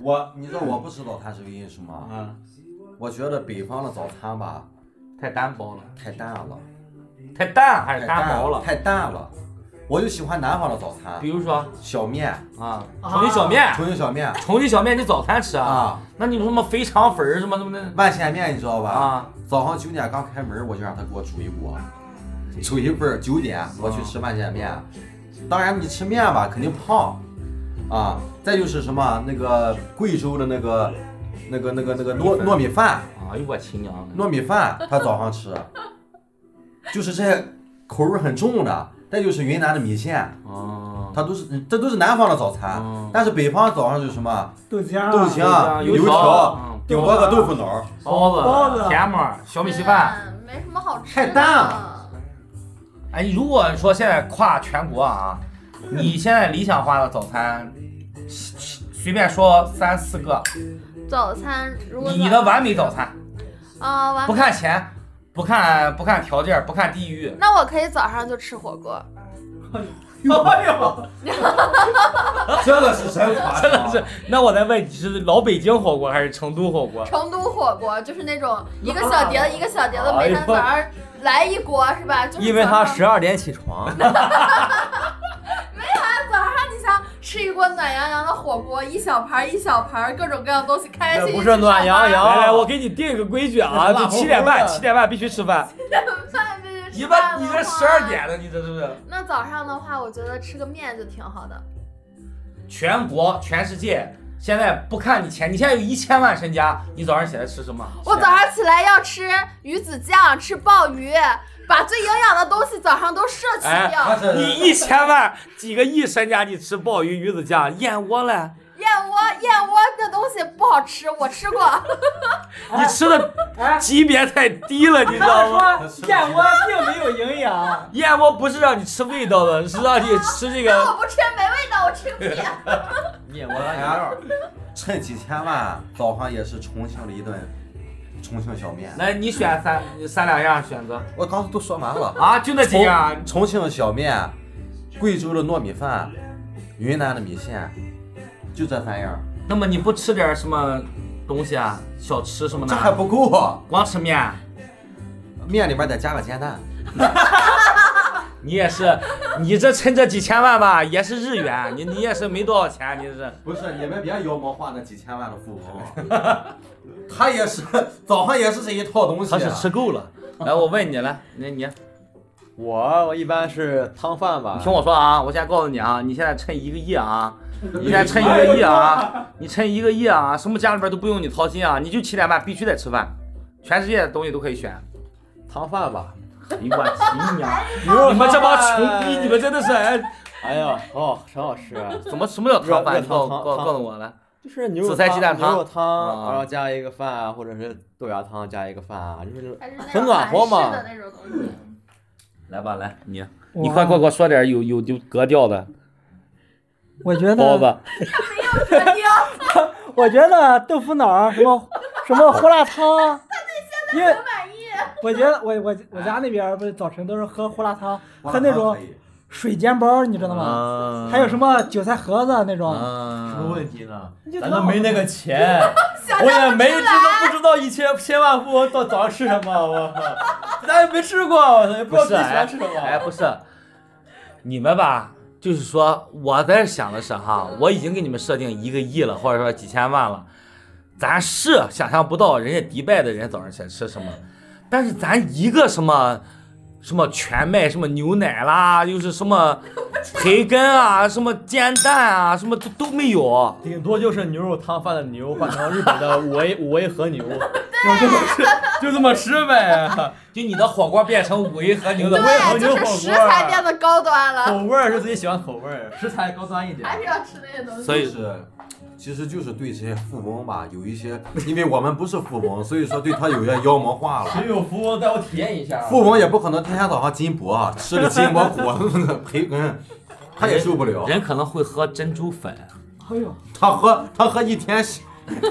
我，你知道我不吃早餐是个因为什么？
啊，
我觉得北方的早餐吧
太单薄了，
太淡了，
太淡还
太
是单薄了？
太淡了。我就喜欢南方的早餐
比，如说
小面，
啊，重庆小面，
重庆小面
重庆小面你早餐吃啊？
啊，
那你说什么肥肠粉儿什么什么的
万县面你知道吧？
啊？
早上九点刚开门，我就让他给我煮一锅，煮一份儿九点我去吃万县面。当然你吃面吧，肯定胖啊。再就是什么那个贵州的那个那个那个那个糯糯米饭，
哎呦我亲娘的！
糯米饭他早上吃， 就是这些口味很重的。再就是云南的米线，
啊，
它都是这都是南方的早餐，
嗯
但是北方早上就是什么啊
豆浆儿，
豆
啊
浆、
油
油
条
条
嗯，
顶多个豆腐脑儿，
包子、
包子
甜沫儿、小米稀饭。，
对没什么好吃的。
太淡了
哎，如果说现在跨全国啊，你现在理想化的早餐，随便说三四个，
早餐如果
你的完美早餐，
啊完
不
美，
看钱，不看不看条件，不看地域，
那我可以早上就吃火锅，
哎呦，
这个是真夸张，
真的是。那我再问，你是老北京火锅还是成都火锅？
成都火锅就是那种一个小碟子一个小碟子，每天早上来一锅是
啊
吧？就是
因为他
早上
十二点起床，
早上你想吃一锅暖洋洋的火锅，一小盘儿一小盘儿各种各样的东西，开开
那
心心
不是暖洋洋
来哎来，我给你定一个规矩啊，
这哎 是辣
就
火锅
七点半，
呀
七点半必须吃饭。你
把
把你这十二。点了，你这是不是？
那早上的话，我觉得吃个面就挺好的。
全国、全世界现在不看你钱，你现在有一千万身家，你早上起来吃什么？
我早上起来要吃鱼子酱，吃鲍鱼，把最营养的东西早上都摄取
哎
掉。
他这
你一千万几个亿身家，你吃鲍鱼、鱼子酱、燕窝嘞？
燕窝，燕窝这东西不好吃，我吃过。
你吃的
哎，
级别太低了，你知道吗？
他说燕窝并没有营养，
燕窝不是让你吃味道的，是让你吃这
那我
啊
个。
不吃没味道，我吃个屁。
面
我大家趁几千万，早上也是重庆了一顿重庆小面。
来，你选三三两样选择
我刚才都说完了，
啊，就那几样。
重庆的小面，贵州的糯米饭，云南的米线，就这三样，
那么你不吃点什么东西啊？小吃什么
这还
的？
不够啊！
光吃面，
面里边得加个煎蛋。
你也是，你这趁这几千万吧，也是日元，你你也是没多少钱，你这是。
不是，你们别妖魔化那几千万的富翁，哦 他也是早上也是这一套东西、啊
他是吃够了。来，我问你了，那你
我我一般是汤饭吧，
听我说啊，我现在告诉你啊，你现在趁一个亿啊，你现在趁一个亿啊，你趁一个亿啊，什么家里边都不用你操心啊，你就七点半必须得吃饭，全世界的东西都可以选。
汤饭吧。
哎呦我去你
哎
娘！
牛肉
你们这帮
汤
穷
饭
逼，你们真的是哎，
哎呀，很好，很好吃，
怎么什么叫汤饭？
热
你告
热汤
告
汤
告诉我来。
就是牛肉
紫菜鸡蛋
汤牛肉
啊
汤，然后加一个饭啊，或者是豆芽汤加一个饭啊，就是那种
还是那种
很暖和嘛
韩式的那种东 西。
来吧，来你，
我
你快快给我说点有有有格调的
我觉
包
得，
子，
啊
我觉得豆腐脑儿什么什么胡辣汤，因为
不满意。
我觉得我我我家那边儿不是早晨都是喝胡辣汤，
哇
喝那种
可以
水煎包儿，你知道吗？
啊
还有什么韭菜盒子那种，
嗯
什
么
么问题呢
你就？
啊咱
挺
都
好
没那个钱， 我也没知道不知道一千千万富翁到早上吃什么， 我靠，咱也没吃过，我操也不
不
知道
是，
自己喜
哎
欢吃什 么。
哎，不是，你们吧，就是说我在想的是哈，我已经给你们设定一个亿了，或者说几千万了，咱是想象不到人家迪拜的人早上起来吃什么，但是咱一个什么。什么全麦，什么牛奶啦，又是什 么培根啊，什么煎蛋啊，什么都都没有。
顶多就是牛肉汤饭的牛换成日本的五 A 五 A 和牛，就这么吃，就这么吃呗。
就你的火锅变成五一和牛的，
对，就是食材变得高端了，
口味儿是自己喜欢口味儿，食材高端一点。
还是要吃那些东西。
所以
就是，其实就是对这些富翁吧，有一些，因为我们不是富翁，所以说对他有些妖魔化了。
谁有福翁带我体验一下？啊
富翁也不可能天天早上金箔啊，吃个金箔糊培根，嗯他也受不了。
人可能会喝珍珠粉。
哎呦，
他喝他喝一天，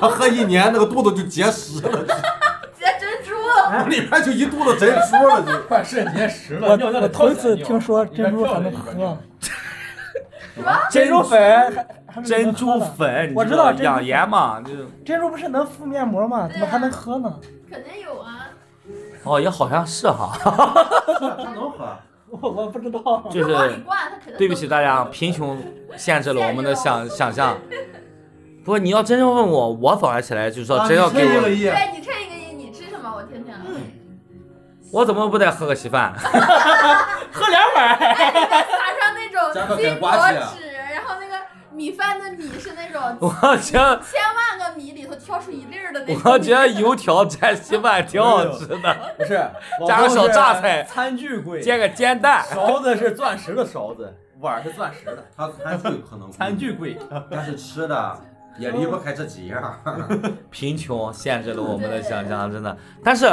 他喝一年那个肚子就结石了，
结珍珠，
里边就一肚子珍珠了就。
快肾结石
我我头一次听说珍珠还能喝，珍珠粉还还是
珍
能喝
珠
的
粉，
我
你
知道珍珠
养
粉
颜嘛，就是
珍珠不是能敷面膜吗？
对啊
怎么还能喝呢？
肯定有啊。
哦，也好像是哈，
他能喝，
我我不知道，
就
它往里
是
灌，它肯定。
对不起大家，，贫穷限制了我们的想想象。不过你要真正问我，我早上起来就
哦
啊
啊
说真要给我，
亿
对你趁一个亿，你吃什么？我听听。
嗯
我怎么不得喝个稀饭？
喝两碗。
哎，里面撒上那
加
种
个
金
梗
箔
瓜子啊
纸，然后那个米饭的米是那种
我觉得
千万个米里头挑出一粒儿的那种。
我觉得油条蘸稀饭挺好吃的，
不是
加个小榨菜
餐具贵，
煎个煎蛋。
勺子是钻石的勺子，碗儿是钻石的，
他餐具 可能
餐，具贵。
但是吃的也离不开这几 样。
贫穷限制了我们的想象，真的。但是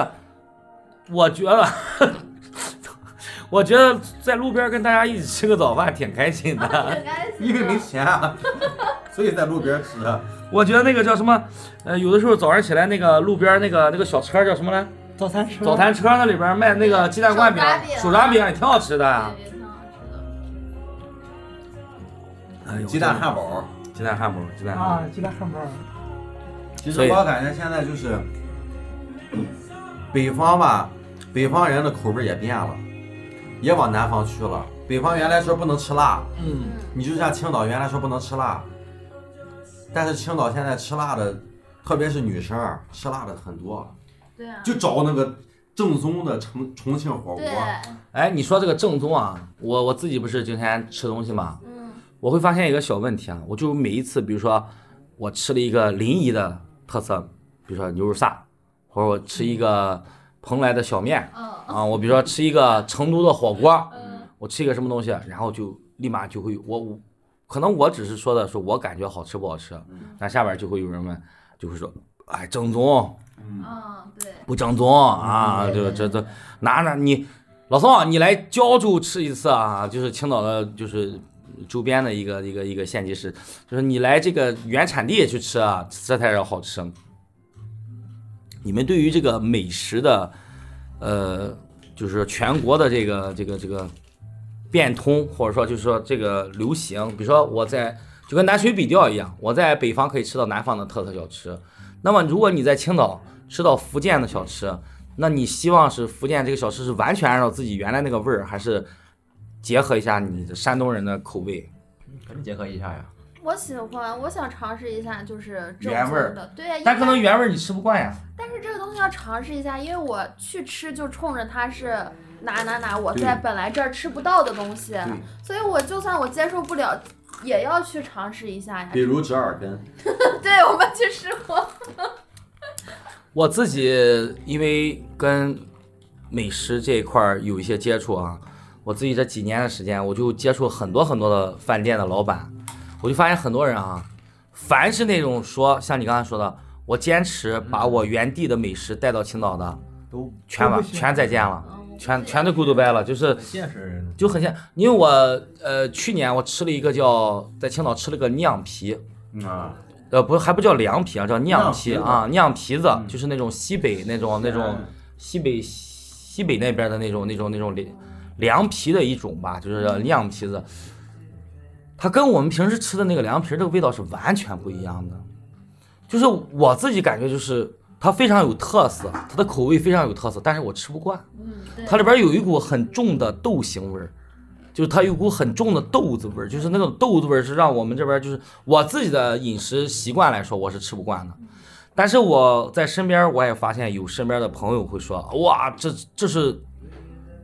我觉得， 我觉得在路边跟大家一起吃个早饭挺开心的。
挺开 心的
因为没钱啊，所以在路边吃。
我觉得那个叫什么，呃，有的时候早上起来那个路边那个那个小车叫什么来？
早餐吃。
早。餐车那里边卖那个鸡蛋灌饼、
手
手
抓
抓
饼啊
饼也挺好吃的。啊
对对挺好吃的
哎呦
鸡蛋汉堡。
鸡蛋汉堡，鸡蛋汉堡。
啊，鸡蛋汉堡，
其实
所以
我感觉现在就是北方吧，北方人的口味也变了，也往南方去了。北方原来说不能吃辣，
嗯，
你就像青岛原来说不能吃辣，但是青岛现在吃辣的，特别是女生儿吃辣的很多，
对啊，
就找那个正宗的重重庆火锅
嗯对，，
哎，你说这个正宗啊，我我自己不是今天吃东西嘛，
嗯，
我会发现一个小问题啊，我就每一次，比如说我吃了一个临沂的特色，比如说牛肉膻，或者我吃一个蓬莱的小面，
嗯
啊，我比如说吃一个成都的火锅，
嗯
我吃一个什么东西，然后就立马就会有我我，可能我只是说的是我感觉好吃不好吃，那下边就会有人问，就会说，哎，正宗，
嗯，对，
不正宗啊，就这这哪哪你老宋，你来胶州吃一次啊，就是青岛的，就是周边的一个一个一个县级市，就是你来这个原产地去吃啊，这才是好吃。你们对于这个美食的，呃，就是全国的这个这个这个变通，或者说就是说这个流行，比如说我在就跟南水北调一样，我在北方可以吃到南方的特色小吃，那么如果你在青岛吃到福建的小吃，那你希望是福建这个小吃是完全按照自己原来那个味儿，还是结合一下你的山东人的口味？
嗯肯定结合一下呀。
我喜欢，我想尝试一下，就是正
原味儿
宗的，对啊，
但
一
可
般
能原味儿你吃不惯呀。
但是这个东西要尝试一下，因为我去吃就冲着它是哪哪哪，我
对
在本来这儿吃不到的东西
对，
所以我就算我接受不了，也要去尝试一下呀
比。如折耳根，
对，我们去吃过，
我自己因为跟美食这一块儿有一些接触啊，我自己这几年的时间，我就接触很多很多的饭店的老板，我就发现很多人啊，凡是那种说像你刚才说的，我坚持把我原地的美食带到青岛的，
都
全完
都不行
全再见了。全全都 good bye 了，就是
现实，
就很像，因为我呃去年我吃了一个叫在青岛吃了个酿皮，
嗯啊，
呃不是还不叫凉皮啊，叫酿皮
酿皮子
啊，酿皮子
嗯啊
就是那种西北那种那种西北西北那边的那种那种那种凉凉皮的一种吧，就是叫酿皮子，它跟我们平时吃的那个凉皮儿这个味道是完全不一样的，就是我自己感觉就是它非常有特色，它的口味非常有特色，但是我吃不惯。
嗯，对，
它里边有一股很重的豆腥味儿，就是它有股很重的豆子味儿，就是那种豆子味儿是让我们这边就是我自己的饮食习惯来说，我是吃不惯的。但是我在身边我也发现有身边的朋友会说，哇，这这是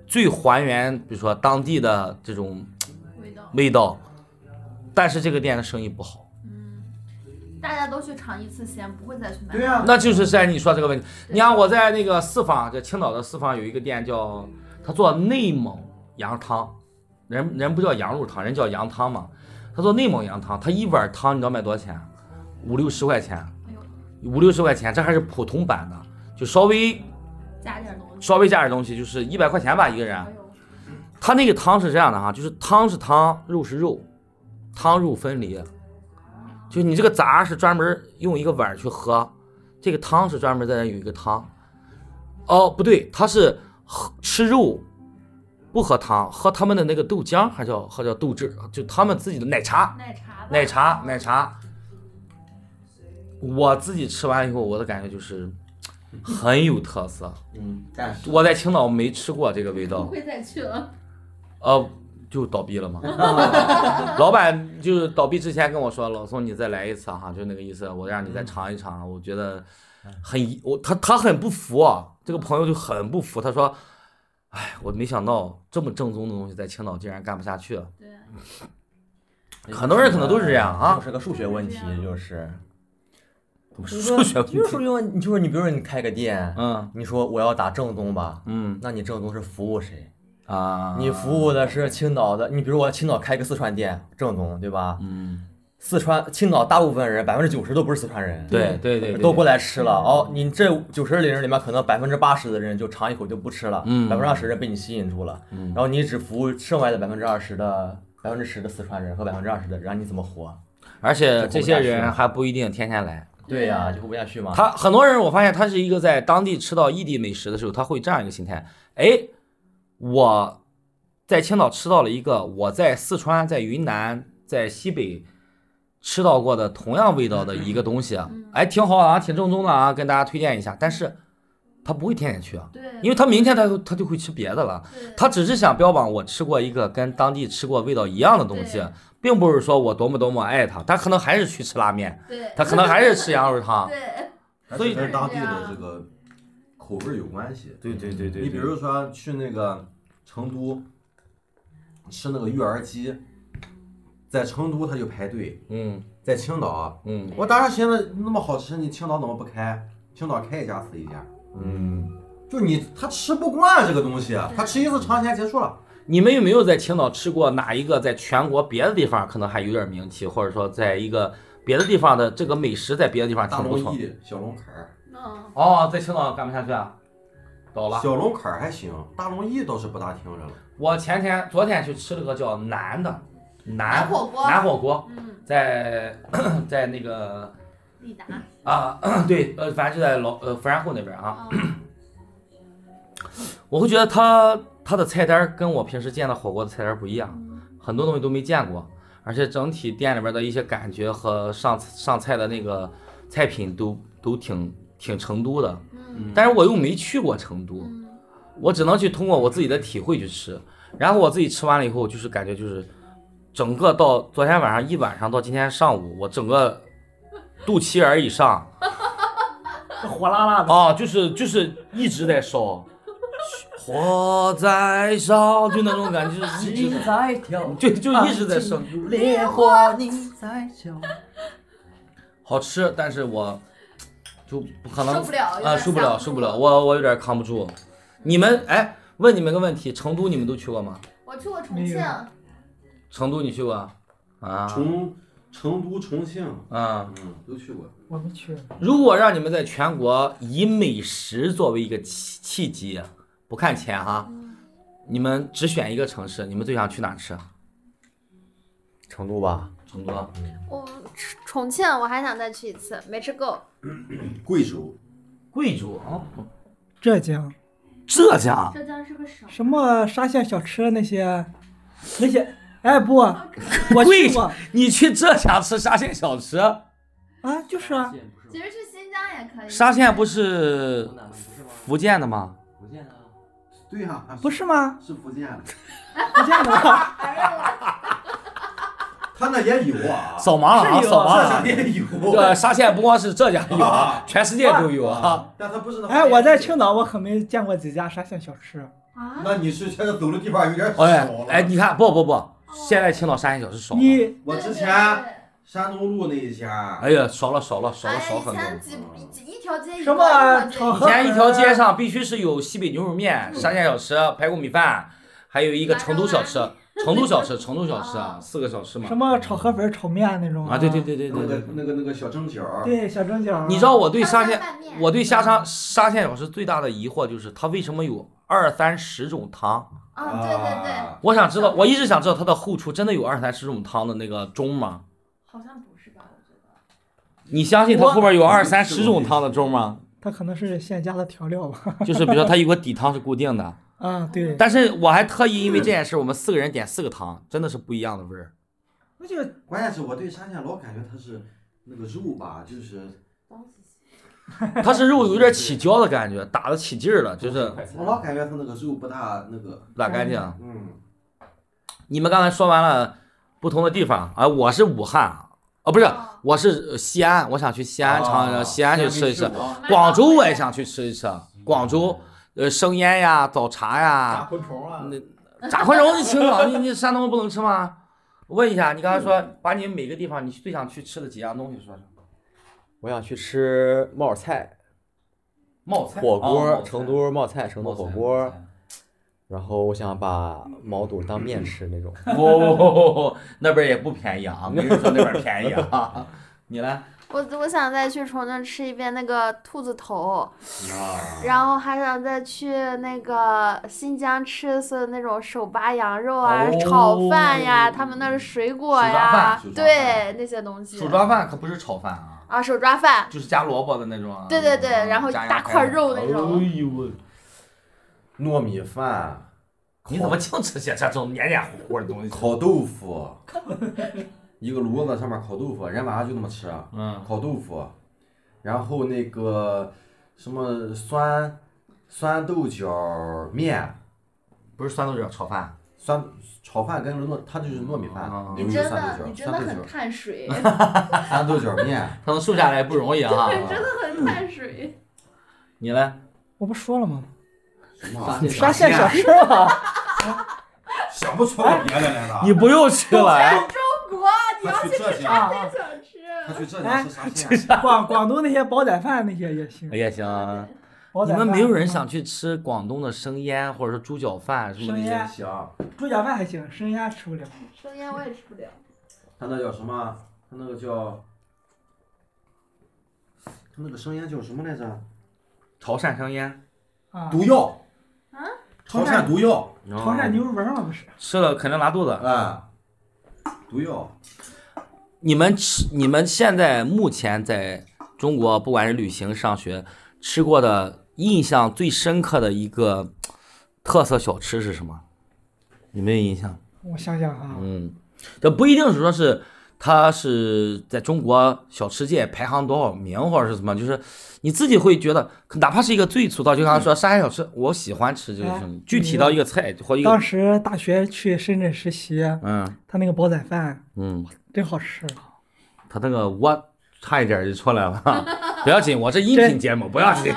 最还原，比如说当地的这种
味道，
味道，但是这个店的生意不好。
嗯，大家都去尝一次鲜，不会再去买。
对呀，
那就是在你说这个问题。
对
你看我在那个四坊，这青岛的四坊有一个店叫，他做内蒙羊汤，人人不叫羊肉汤，人叫羊汤嘛。他做内蒙羊汤，他一碗汤你知道卖多少钱？五六十块钱
哎，
五六十块钱，这还是普通版的，就稍微
加点东西。
稍微加点东西，就是一百块钱吧一个人
哎。呦，
他那个汤是这样的哈，就是汤是汤，肉是肉，汤肉分离。就你这个杂是专门用一个碗去喝，这个汤是专门在那有一个汤。哦，不对，他是喝吃肉不喝汤，喝他们的那个豆浆，还叫还叫豆汁儿，就他们自己的奶茶，
奶茶吧，
奶茶奶茶。我自己吃完以后，我的感觉就是很有特色。
嗯，但是
我在青岛没吃过这个味道
不。会再去了。
呃，就倒闭了嘛。老板就是倒闭之前跟我说，老宋你再来一次哈、就那个意思，我让你
嗯
再尝一尝。我觉得很遗我他他很不服、啊，这个朋友就很不服，他说，哎，我没想到这么正宗的东西在青岛竟然干不下去。
对，
很多人可能都是这样啊
就是个数学问题，就是
数学问题
嗯就是数学问题，就是你比如说你开个店，
嗯
你说我要打正宗吧，
嗯
那你正宗是服务谁？
啊，
你服务的是青岛的，你比如我青岛开个四川店，正宗对吧？
嗯，
四川青岛大部分人百分之九十都不是四川人，
对对对，对
都过来吃了哦。你这九十人里面，可能百分之八十的人就尝一口就不吃了，
嗯
百分之二十人被你吸引住了，
嗯
然后你只服务剩外的百分之二十的百分之十的四川人和百分之二十的人，让你怎么活？
而且这些
就活不下去
人
了
还不一定天天来。
对呀、就活不下去嘛。
啊他很多人，我发现他是一个在当地吃到异地美食的时候，他会这样一个心态：哎，我在青岛吃到了一个我在四川、在云南、在西北吃到过的同样味道的一个东西
嗯，
哎，挺好啊，挺正宗的啊，跟大家推荐一下。但是他不会天天去啊，
对，
因为他明天他就他就会吃别的了。
对
他只是想标榜我吃过一个跟当地吃过味道一样的东西
对，
并不是说我多么多么爱它。他可能还是去吃拉面，
对
他可能还是吃羊肉汤。
对
所以
跟当地的这个口味儿有关系。
对对对
你比如说去那个成都吃那个芋儿鸡，在成都他就排队，
嗯
在青岛，
嗯
我当时寻思那么好吃，你青岛怎么不开？青岛开一家是一家，
嗯，
就你他吃不惯这个东西，啊他吃一次尝鲜结束了。
你们有没有在青岛吃过哪一个在全国别的地方可能还有点名气，或者说在一个别的地方的这个美食在别的地方
大
挺不
龙
错？
燚、小龙坎儿，
嗯，
哦，在青岛干不下去啊，倒了。
小龙坎儿还行，大龙燚倒是不大听着了。
我前天昨天去吃了个叫南的南
南火锅
南火锅
嗯，
在 在那个
利达
啊， 对，呃，反正就在老呃福山后那边啊，
啊，
我会觉得他他的菜单跟我平时见的火锅的菜单不一样，很多东西都没见过，而且整体店里边的一些感觉和上上菜的那个菜品都都挺挺成都的，
嗯
但是我又没去过成都，
嗯
我只能去通过我自己的体会去吃，然后我自己吃完了以后，就是感觉就是整个到昨天晚上一晚上到今天上午，我整个肚脐眼儿以上。
火辣 辣的，
啊，就是就是一直在烧，火在烧，就那种感觉，就是一 直
在 跳
就就一直在
啊
烧，
烈火你在笑。
好吃，但是我就不可能
受不了
啊，受不了，受不了，。我我有点扛不住。你们哎，问你们个问题，成都你们都去过吗？
我去过重
没
庆
有，
成都你去过啊？啊
成成都、重庆，
啊！
嗯，都去过。
我没去，
如果让你们在全国以美食作为一个契契机，不看钱哈，
嗯
你们只选一个城市，你们最想去哪儿吃？啊
成都吧，
成都。
我吃重庆我还想再去一次，没吃够。
贵州，
贵州、哦、
浙江
浙江，
浙江是个省，
什么沙县小吃啊那些，那些，哎不，我
贵
去过
你去浙江吃沙县小吃？
啊，就是啊，
其实去新疆也可以。
沙县不是福建的吗？
对呀、
啊
不是吗？
是福建的，
不见得，
啊
他那也有啊，
扫盲了啊，
是有
扫盲了
他
啊
那。也 有。
这沙县不光是浙江有 啊，全世界都有啊。
但他不是那。
哎，我在青。岛我可没见过几家沙县小吃，
啊，
那你是现在走的地方有点少
哎
了。
哎，你看，不不不，现在青岛沙县小吃少了。
你
我之前山东路那一家，
哎呀，少了少了少
哎
了
呀，
少很
以前
多。嗯
几几一条街一
什
个
么啊
一
以
炒
条街
河
前一条街上必须是有西北牛肉面、沙县小吃、排骨米饭，还有一个成都小吃、成都小吃、成都小吃啊，四个小吃嘛
什。么炒河粉、炒面那种
啊，对对，对对
那
对
个
对。
那个那个小蒸饺，
对小蒸饺，啊
你知道我对
一
沙
条
县
街，拌面
我
嗯
对虾沙沙县小吃最大的疑惑就是它为什么有二三十种汤？
哦
啊，对对对，
我想知道，我一直想知道它的后厨真的有二三十种汤的那个钟吗？
好像不是吧？我觉得
你相信它后边有二三十种汤的钟吗？
它可能是现加的调料吧？
就是比如说它有个底汤是固定的，
啊，对，
但是我还特意因为这件事，我们四个人点四个汤，真的是不一样的味儿。
那就
关键是我对沙县老感觉它是那个肉吧，就是
东西
它是肉有点起胶的感觉，打的起劲儿了，就是
我老感觉它那个肉不大那个，
不大干净。
嗯，
你们刚才说完了不同的地方啊，我是武汉啊，哦不是，
哦
我是呃西安，我想去西安尝一尝，啊西安去吃一吃。啊
过
广州我也想去吃一吃，
嗯
广州呃生腌呀、早茶 呀、
昆虫啊
嗯
炸昆虫，你青岛你你山东不能吃吗？问一下，你刚才说把你每个地方你最想去吃的几样东西说说。
我想去吃冒菜
冒菜
火
哦冒
锅，
菜
成都哦冒菜，成都
冒菜
火锅
冒。菜
然后我想把毛肚当面吃那 种。
哦， 那边也不便宜啊，没人说那边便宜啊。 你来，
我我想再去重庆吃一遍那个兔子头，
啊，
然后还想再去那个新疆吃所有那种手扒羊肉啊、
哦
炒饭呀，他们那儿水果呀
手抓饭手，抓
对那些东西
手抓饭可不是炒饭啊，
啊，手抓饭，
就是加萝卜的那种啊。
对对对，
嗯
然后一
加
大
羊
块
排
肉那种，
呦喂，糯米饭，
你怎么净吃些这种黏黏糊糊的东西？
烤豆腐，一个炉子上面烤豆腐，人晚上就那么吃，啊
嗯，
烤豆腐，然后那个什么酸酸豆角面，
不是酸豆角炒饭，
酸炒饭跟糯，它就是糯米饭
哦，
牛
你
油
真
酸
的，
豆
你
角，
真的
酸豆
很
角，
碳水，
酸豆角 面，
他能瘦下来不容易 啊。
真的很碳水。
你呢？
我不说了吗？
什么玩意
哎
儿
刷线小说嘛，
想不出来别的来了。啊
你不 用吃了，
中国，你要
他去
去
浙
吃啊
江，
沙 县小吃。
他去浙江吃啥
这
县？
啥
广广东那些煲仔饭那些也行。
也行啊。
煲
你
仔饭啊
们没有人想去吃广东的生腌，或者说猪脚饭什么那
生
些
腌？
行，
猪脚饭还行，生鸭吃不了。
生腌我也吃不了，
他那叫什么？他那个叫，他那个生腌叫什么来着？
潮汕生腌，
啊，
哦
毒药。
啊？
潮汕毒药。
潮汕牛肉丸嘛不是？
吃了肯定拉肚子。
啊，毒药。
你们吃，你们现在目前在中国，不管是旅行、上学，吃过的印象最深刻的一个特色小吃是什么？你们有印象？
我想想啊，
嗯，这不一定是说是它是在中国小吃界排行多少名或者是什么，就是你自己会觉得，哪怕是一个最粗糙，就像说沙县小吃，我喜欢吃这个
哎
什么，具体到一个菜或一个
当，时大学去深圳实习，
嗯
他那个煲仔饭
嗯，
真好吃，
它那个我差一点就出 来了，不要紧，我是音频节目，不要紧，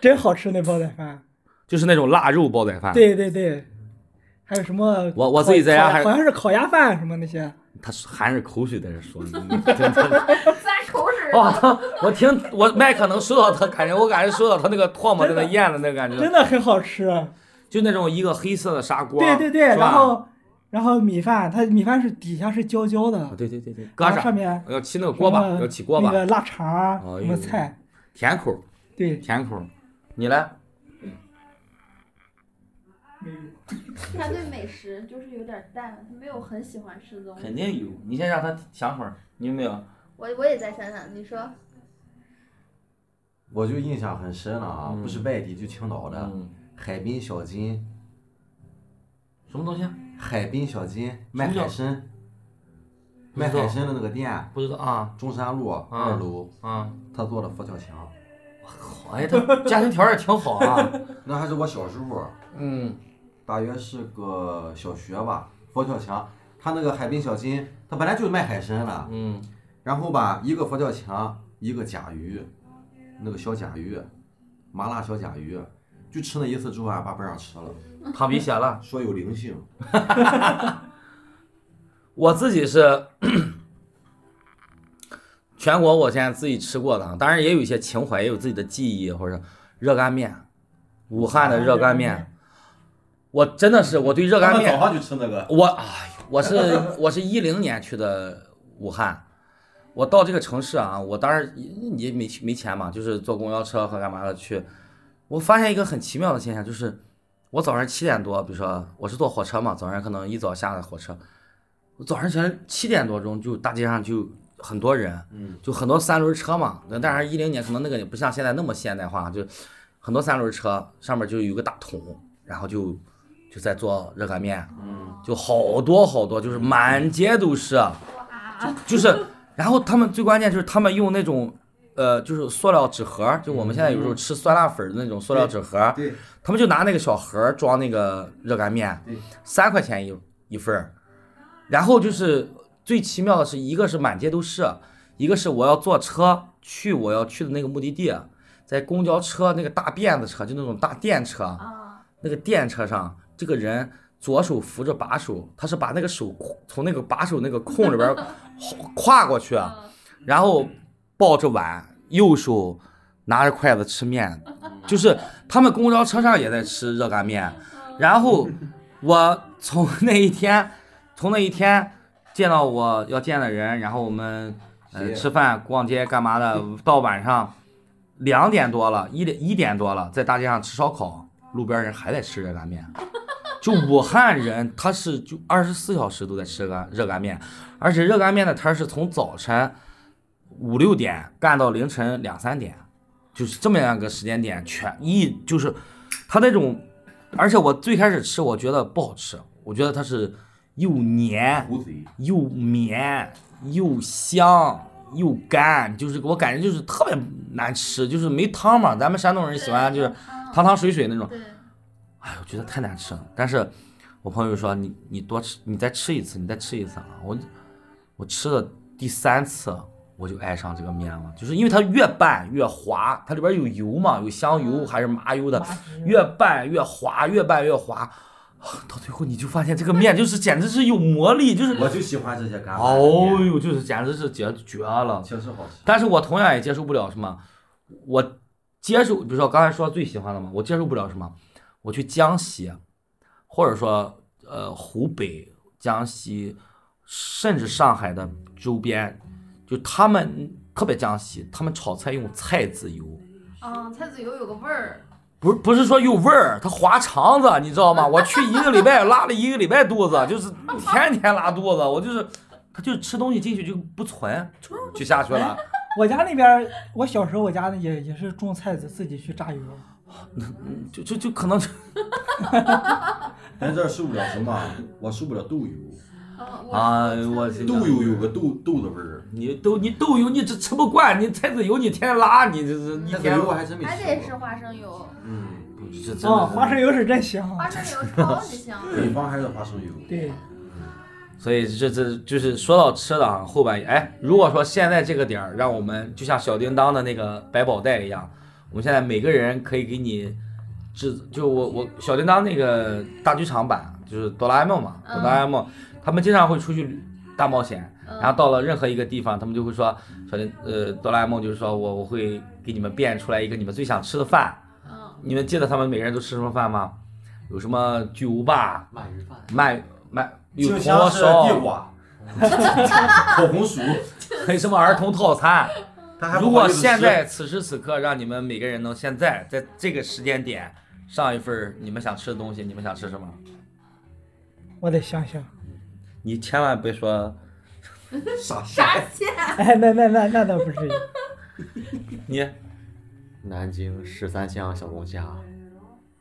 真好吃那煲仔饭。
就是那种腊肉煲仔饭，
对对对，还有什么？
啊我我自己在家
烤
还
好像是烤鸭饭什么那些。
他是含着口水在这说，真 的
咂口 水
哇，我听我麦克能收到他，感觉我感觉收到他那个唾沫在那咽的那个感觉，
真的很好吃。
就那种一个黑色的砂锅，
对对对，
是吧
然后然后米饭，它米饭是底下是焦焦的
啊，对对对对，搁
然后
上
上面
要起那个锅巴
什，么
要起锅巴
那，个腊肠啊
哎呦
什么菜，
甜口
对，
甜口，你来，
他对美食就是有点淡，他没有很喜欢吃的东西。
肯定有，你先让他想会儿，你有没有？
我我也在想想，你说
我就印象很深了啊，
嗯
不是外地就青岛的
嗯，
海滨小金，
什么东西？啊
海滨小金卖
什么叫
海参，
不知
卖
道
海参的那个店，
不知道啊
中山路二楼，
啊，
他做的佛跳墙，
好哎，他家庭条件挺 好啊，
那还是我小时候，
嗯，
大约是个小学吧，佛跳墙。他那个海滨小金，他本来就是卖海参的，
嗯，
然后吧，一个佛跳墙，一个甲鱼，那个小甲鱼，麻辣小甲鱼，就吃那一次之后啊，把不让吃了，
淌鼻血了。
说有灵性。
我自己是 全国我现在自己吃过的，啊，当然也有一些情怀，也有自己的记忆，或者热干面，武汉的啊热干面，我真的是我对热干面
他们早上就吃那个，
我哎呦，我是我是一零年去的武汉，我到这个城市啊，我当时也没没钱嘛，就是坐公交车和干嘛的去，我发现一个很奇妙的现象，就是我早上七点多，比如说我是坐火车嘛，早上可能一早下的火车，我早上起来七点多钟就大街上就很多人，
嗯，
就很多三轮车嘛，那当然一零年可能那个也不像现在那么现代化，就很多三轮车上面就有个大桶，然后就就在做热干面，
嗯，
就好多好多，就是满街都是，
哇，
就是，然后他们最关键就是他们用那种。呃，就是塑料纸盒，就我们现在有时候吃酸辣粉儿的那种塑料纸盒，
嗯对，
他们就拿那个小盒儿装那个热干面
对，
三块钱一一份儿。然后就是最奇妙的是，一个是满街都是，一个是我要坐车去我要去的那个目的地，在公交车那个大辫子车，就那种大电车，
啊，
那个电车上这个人左手扶着把手，他是把那个手从那个把手那个空里边儿 跨过去，啊
嗯
然后抱着碗，右手拿着筷子吃面，就是他们公交车上也在吃热干面。然后我从那一天，从那一天见到我要见的人，然后我们呃
谁
吃饭、逛街干嘛的，到晚上两点多了，一点一点多了，在大街上吃烧烤，路边人还在吃热干面。就武汉人，他是就二十四小时都在吃热干热干面，而且热干面的摊儿是从早晨五六点干到凌晨两三点，就是这么样一个时间点，全一就是它那种，而且我最开始吃我觉得不好吃，我觉得它是又黏
胡贼，
又绵又香又干，就是我感觉就是特别难吃，就是没汤嘛。咱们山东人喜欢就是汤汤水水那种，
对，
哎，我觉得太难吃了。但是我朋友说你你多吃，你再吃一次，你再吃一次啊！我我吃了第三次我就爱上这个面了，就是因为它越拌越滑，它里边有油嘛，有香油还是嗯麻油的，越拌越滑，越拌越滑。啊到最后你就发现这个面就是简直是有魔力，就是
我就喜欢这些干拌
哦
面，
呦，就是简直是绝绝了。
确实好吃。
但是我同样也接受不了什么，我接受，比如说刚才说最喜欢的嘛，我接受不了什么，我去江西，或者说呃湖北、江西，甚至上海的周边，就他们特别江西，他们炒菜用菜籽油，
嗯
啊，菜籽油有个味儿，
不是不是说有味儿，它划肠子，你知道吗？我去一个礼拜拉了一个礼拜肚子，就是天天拉肚子，我就是，他就是吃东西进去就不存，就下去了。
我家那边儿，我小时候我家那也也是种菜籽，自己去榨油。
就就就可能就
咱这儿受不了什么？我受不了豆油，
啊，我
啊，我去
豆油有个豆豆的味儿。
你豆你豆油你这吃不惯，你菜籽油你天天拉，你这是一
那
天
油我还真没
还
吃
得是
过。
花生油，
嗯，
这真
哦，花
的
生油是真香。
花生油超级 香。
北方还是花生油。
对，
是，所以这这就是说到吃的啊，后半夜哎，如果说现在这个点儿，让我们就像小叮当的那个百宝袋一样，我们现在每个人可以给你制，就我我小叮当那个大剧场版就是哆啦 A 梦嘛，
嗯
哆啦 A 梦他们经常会出去大冒险，
嗯
然后到了任何一个地方，他们就会说，小林呃，哆啦 A 梦就是说我我会给你们变出来一个你们最想吃的饭。
嗯，
你们记得他们每个人都吃什么饭吗？有什么巨无霸、
鳗鱼饭，
鳗鳗、有
清
铜锣
香是地
烧，
瓜， 烤红薯。
还有什么儿童套餐。
他还不
如果
好意思吃
现在此时此刻让你们每个人能现在在这个时间点上一份儿你们想吃的东西，你们想吃什么？
我得想想。
你千万别说，
傻
啥
笑，
馅？
哎，那那那那倒不至于。
你
南京十三香小龙虾，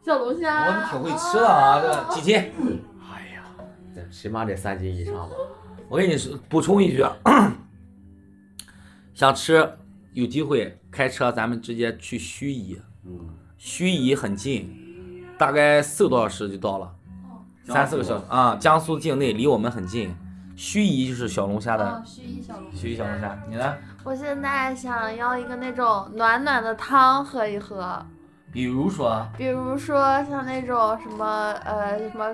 小龙虾。哦
我挺会吃的啊，这几斤？
哎呀，这起码得三斤以上吧。
我跟你说，补充一句，啊 想吃有机会开车，咱们直接去盱眙。盱眙很近，大概四个多小时就到了，三四个小时啊、江苏境内离我们很近。盱眙就是小龙虾的
啊，盱眙小龙
盱
虾。
嗯眙小龙虾，你呢？
我现在想要一个那种暖暖的汤喝一喝，
比如说，啊
比如说像那种什么呃什么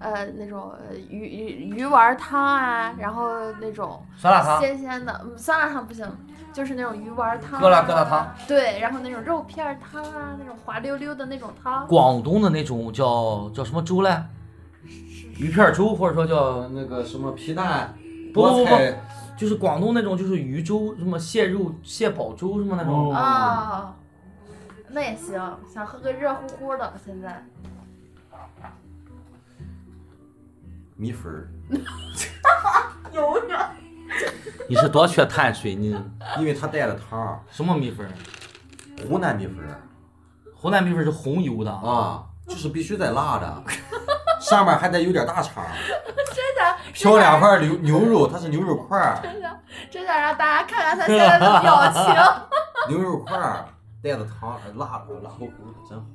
呃那种呃鱼鱼鱼丸汤啊，然后那种
酸辣汤、
鲜鲜的嗯酸辣汤不行，就是那种鱼丸汤、啊，
疙瘩疙瘩汤，
对，然后那种肉片儿汤啊，那种滑溜溜的那种汤，
广东的那种叫叫什么粥嘞？鱼片粥，或者说叫
那个什么皮蛋，
不不
菠
不
菜，
就是广东那种就是鱼粥，什么蟹肉蟹煲粥什么那种。
哦
啊、那也行，想喝个热乎乎的。现在
米粉儿。
油着。
你是多缺碳水？你
因为它带了汤儿，
什么米粉？
湖南米粉儿
湖南米粉是红油的啊，
啊，就是必须得辣的，上面还得有点大肠，
真想
飘两块牛牛肉，它是牛肉块儿，
真想让大家看看他现在的表情。
牛肉块儿带着汤，呃辣的辣乎乎的，真好，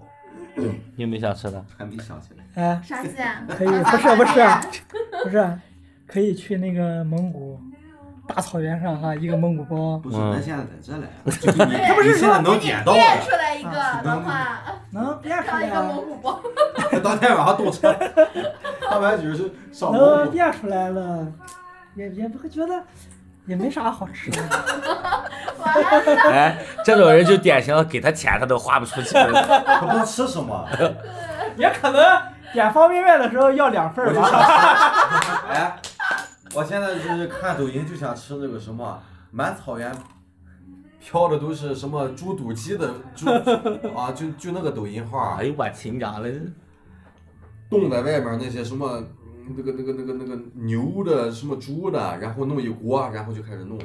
嗯
你有没有想 吃的？
还没想起来。
哎，
啥馅？
可以，不是不是不是，可以去那个蒙古大草原上哈，一个蒙古包
不是，
嗯
咱现在在这 来了，就是你你现在能点到
变
的，
出来一个的话，
能变出
上
来
一个
啊
蒙，古包。
当天晚上动车，大白局就上楼
能，变出来了，也也不会觉得也没啥好吃的。
哎，这种人就典型的给他钱他都花不出去。
他不知道吃什么，
也可能点方便面的时候要两份
我
儿
就
吧。
想吃， 哎，我现在就是看抖音就想吃那个什么，满草原飘的都是什么猪肚鸡的猪啊，就就那个抖音号
哎，呦我亲娘了，
冻在外面那些什么。嗯那个、那个、那个、那个牛的什么猪的，然后弄一锅，然后就开始弄，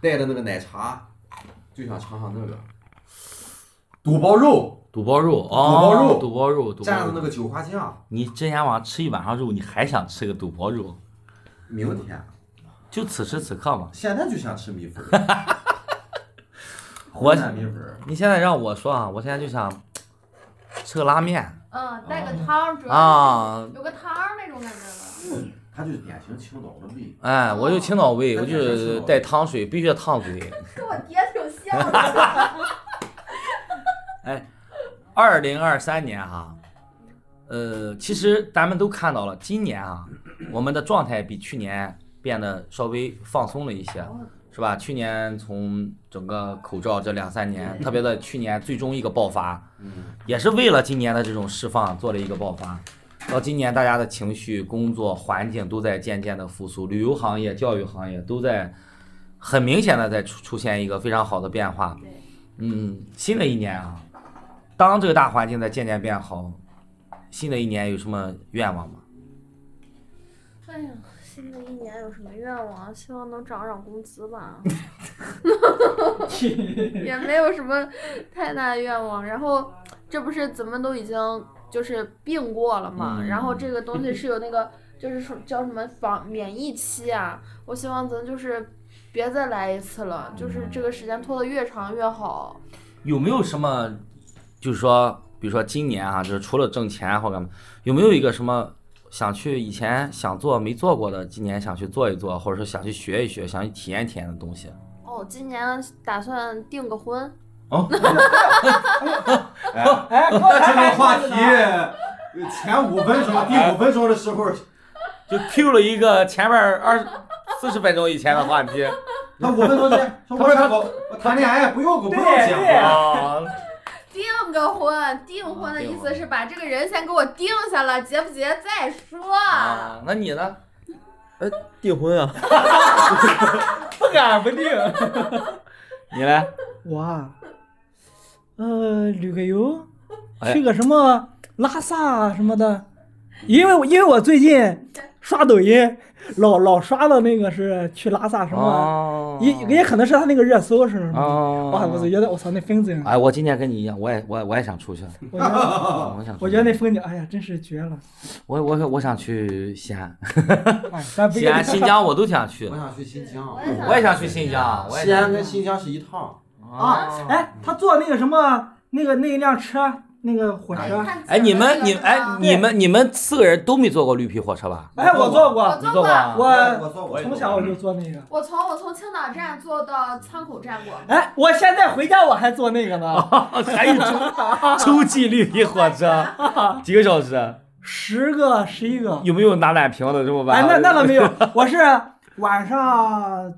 带着那个奶茶，就想尝尝那个。肚包肉，
肚包肉
肚包
哦，
肉
肚包肉，肚
蘸
包
着那
肉。
个酒花酱。
你真想往吃一晚上肉，你还想吃个肚包肉？
明天，
就此时此刻嘛。
现在就想吃米粉儿，
我
湖南米粉儿，
你现在让我说啊，我现在就想吃个拉面
嗯，带个汤儿，主要是
啊，
有个汤儿那种感觉的。
它就是典型青岛的 味。
哎，我就青岛味，
哦
我就是带汤水，必须得烫嘴。
跟我爹挺像的。
二零二三年哈、呃，其实咱们都看到了，今年啊，我们的状态比去年变得稍微放松了一些，是吧？去年从整个口罩这两三年，特别在去年最终一个爆发，
嗯，
也是为了今年的这种释放做了一个爆发。到今年，大家的情绪、工作环境都在渐渐的复苏，旅游行业、教育行业都在很明显的在出出现一个非常好的变化。
对
嗯，新的一年啊，当这个大环境在渐渐变好，新的一年有什么愿望吗？
哎呀，新的一年有什么愿望？啊希望能涨涨工资吧，也没有什么太大的愿望。然后这不是咱们都已经就是病过了嘛，
嗯
然后这个东西是有那个就是说叫什么防免疫期啊，我希望咱就是。别再来一次了，就是这个时间拖得越长越好。
有没有什么，就是说，比如说今年啊，就是除了挣钱或干嘛，有没有一个什么想去以前想做没做过的，今年想去做一做，或者说想去学一学，想去体验体验的东西？
哦，今年打算订个婚，
哎，
哎，刚
这
才还
个话
说
题
着呢，
前五分钟、第五分钟的时候，
就 Q 了一个前面二四十分钟以前的话题
那五分 钟前说我想搞我谈恋爱，不要搞，不要
对
结
对
婚。
啊，
订个婚，订婚的
订
意
婚
思是把这个人先给我定下了，结不结再说。
啊那你呢？哎
订婚啊，
不敢不定。
你呢？
我啊，呃，旅个游，
哎
去个什么拉萨啊什么的，因为我因为我最近刷抖音，老老刷的那个是去拉萨什么，
哦
也也可能是他那个热搜是什么。哇，我
哦，
觉得我操那风景，
哎，我今年跟你一样，我也我也我也想出去，
我觉得
我想出去，
我觉得那风景，哎呀，真是绝了！
我我我想去西安，
哎，咱不一
西 安、新疆我都想去
我，想去新疆，
我也想去新疆，我也
西安跟新疆是一趟。
啊，
哎，他坐那个什么那个那一辆车，那个火车，
哎，你们你哎你们你们四个人都没坐过绿皮火车吧？
哎，我坐
我
过，
你
坐
坐过啊？
我
我我
从小我就坐那个。
我从我从青岛站坐到仓口站过，
哎，我现在回家我还坐那个呢，
哦还 有洲洲际绿皮火车，几个小时？啊
十个十一个。
有没有拿奶瓶的这么晚？
哎，那那倒 没有，我是晚上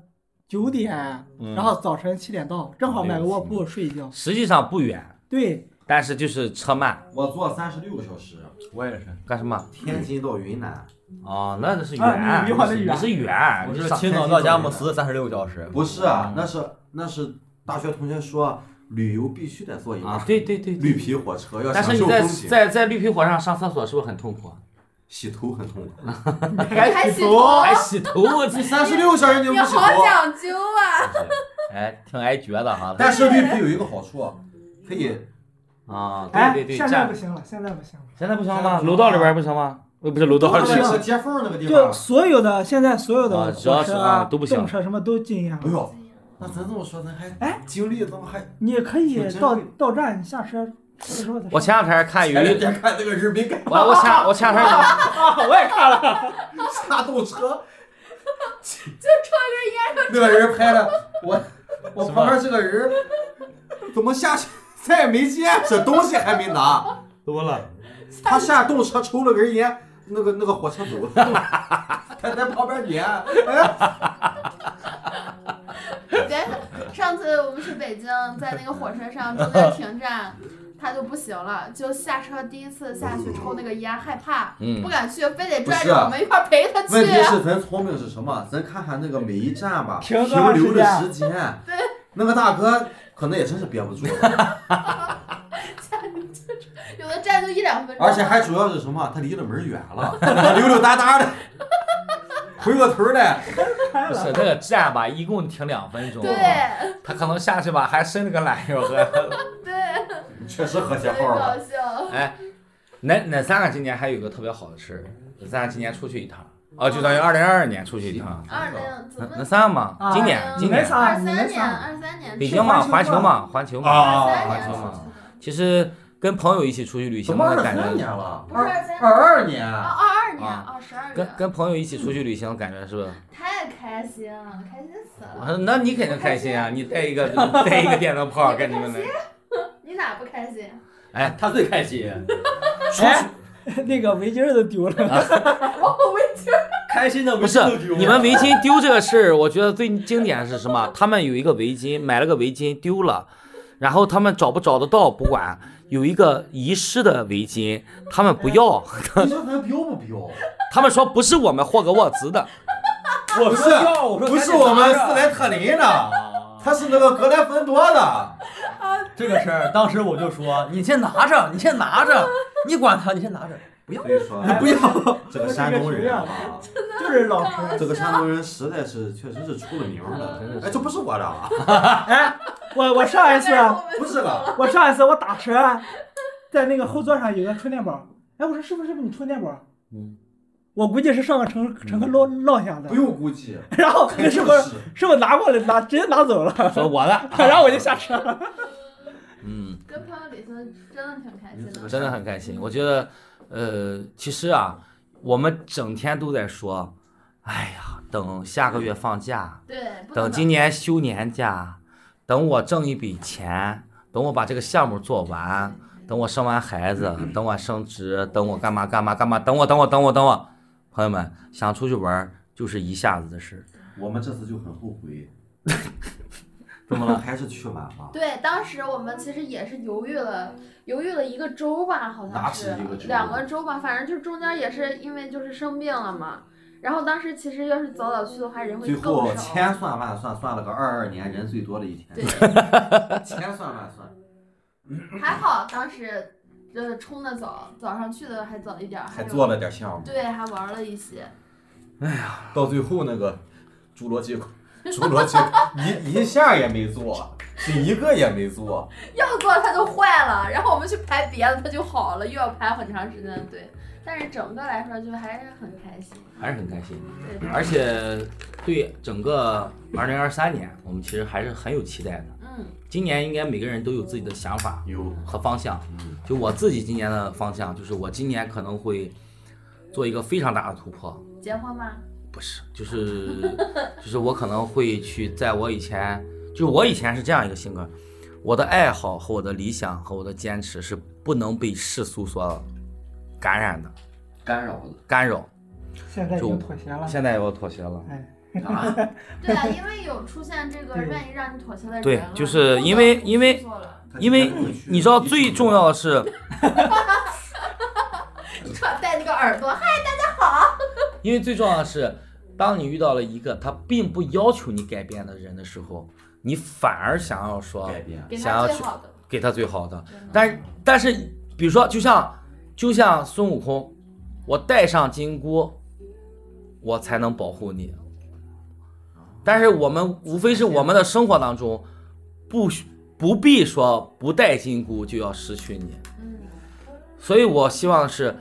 九点，
嗯
然后早晨七点到，正好买个卧铺睡一觉。
实际上不远，
对，
但是就是车慢。
我坐三十六个小时，
我也是。
干什么？
天津到云南，
哦，那个是
啊
远，
你你跑得远
你是远，
我
你
哎是
上
青岛到佳木斯三十六个小时，
不是啊，那是那是大学同学说旅游必须得坐一
啊
趟，
对对对。对
绿皮火车，要
但
享
是你
受
在
风景，
在在绿皮火车上上厕所是不是很痛苦？啊
洗头很痛苦。 哎
还洗头，
还洗头，我去！
三十六小时你
你
不洗头，
好讲究啊！
哎，挺挨觉的哈。
但是绿皮有一个好处，可以
啊，
哎，
对对对，
现在
站
不行了，现在不行了。
现在不行了
现在
吗？
不行
楼道里边不行吗？呃，不是楼道
到
里
那
行
个接缝那个地
就
方。啊
所有的现在所有
啊
的
只要
火
是
车
啊都不行嗯
动车什么都禁烟
哎
了。
呦，那咱这么说，咱还
哎
经历怎么还？
你可以
真
到
会
到站下车，时候再
我前两天看有一，
天哎看那个人民干
我我前我前两天
我也看了，
啥动 车，就抽根烟。那个人 拍的我，我旁边这个人怎么下去？再没见，这东西还没 拿。
怎么了？
他下动车抽了根烟，那个那个火车走了， 他在旁边撵。哎，
别上次我们去北京，在那个火车上中间停站，他就不行了，就下车第一次下去抽那个烟，害怕，
嗯
不敢去，非得
不
拽
是啊
着我们一块儿陪他去。
问题是咱聪明是什么？咱看看那个每一站吧，
停
停
多长
留的
时
时间。对，那个大哥可能也真是憋不住了，
有的站就一两分钟，
而且还主要是什么？他离着门远了，他溜溜达达的，回过头来。
不是那个站吧， 一共停两分钟，
对，
他可能下去吧还伸了个懒腰和
对，
确实和谐
很
号了
搞。笑。
哎，奶奶三个今年还有一个特别好的事，奶三个今年出去一趟，哦，就等于二零二二年出去一趟。
二零怎
那
么
那？三个嘛，
啊
今年
20
今
你们
年
仨
二
你
三
们
年，
仨
二三年出
北
去，
京嘛，
是
环
环球
球嘛，环球嘛，
啊
二
环
三
球
年
嘛
出去。的。
其实跟朋友一起出去旅
怎
行
么
的
二
感
三
觉
年，了？
不是
二
二三
二二年，
年，啊，二二年
啊
啊，十二
跟
月，
跟朋友一起出去旅行的感觉是不是？
太开心了，开心死了。
啊那你肯定开心啊！你带一个带一个电灯泡跟你们来，
你咋不开心？
他最开心，
哎， 那个围巾儿都丢了，
我围巾
开心的
不 是你们围巾丢这个事儿，我觉得最经典是什么？ 他们有一个围巾，买了个围巾丢了，然后他们找不找得到不管，有一个遗失的围巾，他们不要，
你说咱标不标？
他们说不是我们霍格沃兹的，
我
不是
说要，我说
不
赶
是
紧
我们
拿
斯
着
莱特林 的，他是那个格兰芬多的。
这个事儿，当时我就说，你先拿着，你先拿着，你管他，你先拿着，不要
所，以说，
哎
不要，
这个山东人啊，
就是老实。
这个山东人实在是确实是出了名了。哎，这不是我的啊，
哎，我我上一次，啊
不是了，
我上一次我打车，在那个后座上有个充电宝，哎，我说师傅师傅你充电宝，
嗯，
我估计是上个乘乘客落落下的
不，用估 计，
然后
肯
那
定
师
是
傅师傅拿过来拿直接拿走了，
说我的，
然后我就下车了。
嗯。
跟朋友旅行真的挺开
嗯
心的。
真的很开心。我觉得，呃，其实啊，我们整天都在说，哎呀，等下个月放假，
对，不能
等今年休年假，等我挣一笔钱，等我把这个项目做完，等我生完孩子，等我升职，等我干嘛干嘛干嘛，等我等我等我等我。朋友们，想出去玩儿就是一下子的事。
我们这次就很后 悔，
怎么了？
还是去晚了。
对，当时我们其实也是犹豫了，犹豫了一个周吧，好
哪
像
止
是
一个周
两个周吧，反正就是中间也是因为就是生病了嘛。然后当时其实要是早早去的话，人会
最
更
后
少。
千算万算，算了个二二年人最多的一天，
对，
千算万算，
还好当时就是冲的早，早上去的还早一点，
还
有
做了点项目，
对，还玩了一些。
到最后那个侏罗纪，侏罗纪一一项也没做，是一个也没做。
要做它就坏了，然后我们去排别的它就好了，又要排很长时间的队。但是整个来说就还是很开心，
还是很开心。
对，
而且对整个二零二三年，我们其实还是很有期待的。
嗯，
今年应该每个人都有自己的想法
有
和方向。就我自己今年的方向，就是我今年可能会做一个非常大的突破，
结婚吗？
不是，就是 就是我可能会去在我以前，就是我以前是这样一个性格，我的爱好和我的理想和我的坚持是不能被世俗所感染的
干扰了。
干扰。
现在已经妥协了，哎
现在我妥协了。
啊，
对 啊，因为有出现这个
对
愿意让你妥协的人了，
对
你
就
不
是
得
因为
不
因为
去做 了
因为你知道最重要的是，
你突然戴那个耳朵，嗨，
因为最重要的是，当你遇到了一个他并不要求你改变的人的时候，你反而想要说
改变。
给
想要
他最
去
好的，
给他最好的。
真的
但但是，比如说，就像就像孙悟空，我戴上金箍，我才能保护你。但是我们无非是我们的生活当中，不需不必说不戴金箍就要失去你。
嗯，
所以我希望是，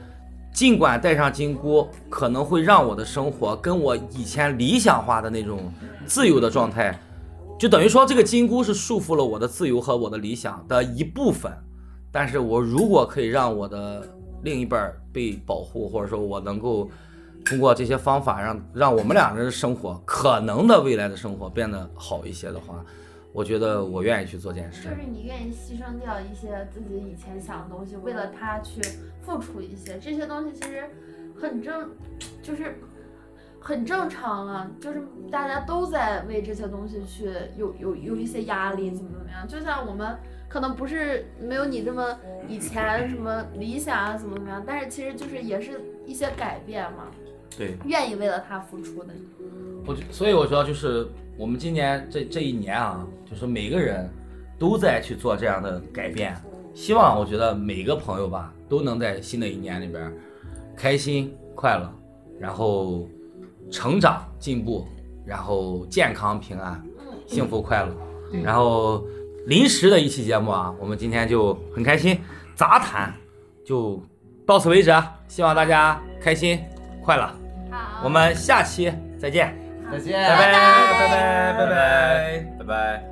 尽管戴上金箍，可能会让我的生活跟我以前理想化的那种自由的状态，就等于说这个金箍是束缚了我的自由和我的理想的一部分。但是我如果可以让我的另一半儿被保护，或者说我能够通过这些方法让让我们两个人的生活可能的未来的生活变得好一些的话，我觉得我愿意去做这件事
就。是你愿意牺牲掉一些自己以前想的东西，为了他去付出一些，这些东西其实很正，就是很正常了、就是大家都在为这些东西去有有有一些压力，怎么怎么样，就像我们。可能不是没有你这么以前什么理想啊，怎么怎么样，但是其实就是也是一些改变嘛，
对，
愿意为了他付出的。
我就所以我说就是我们今年这这一年啊，就是每个人都在去做这样的改变。希望我觉得每个朋友吧，都能在新的一年里边儿开心快乐，然后成长进步，然后健康平安，幸福快乐。然后临时的一期节目啊，我们今天就很开心，杂谈就到此为止啊，希望大家开心快乐，
好，
我们下期再见，
再见，
拜拜拜拜拜拜。
拜拜。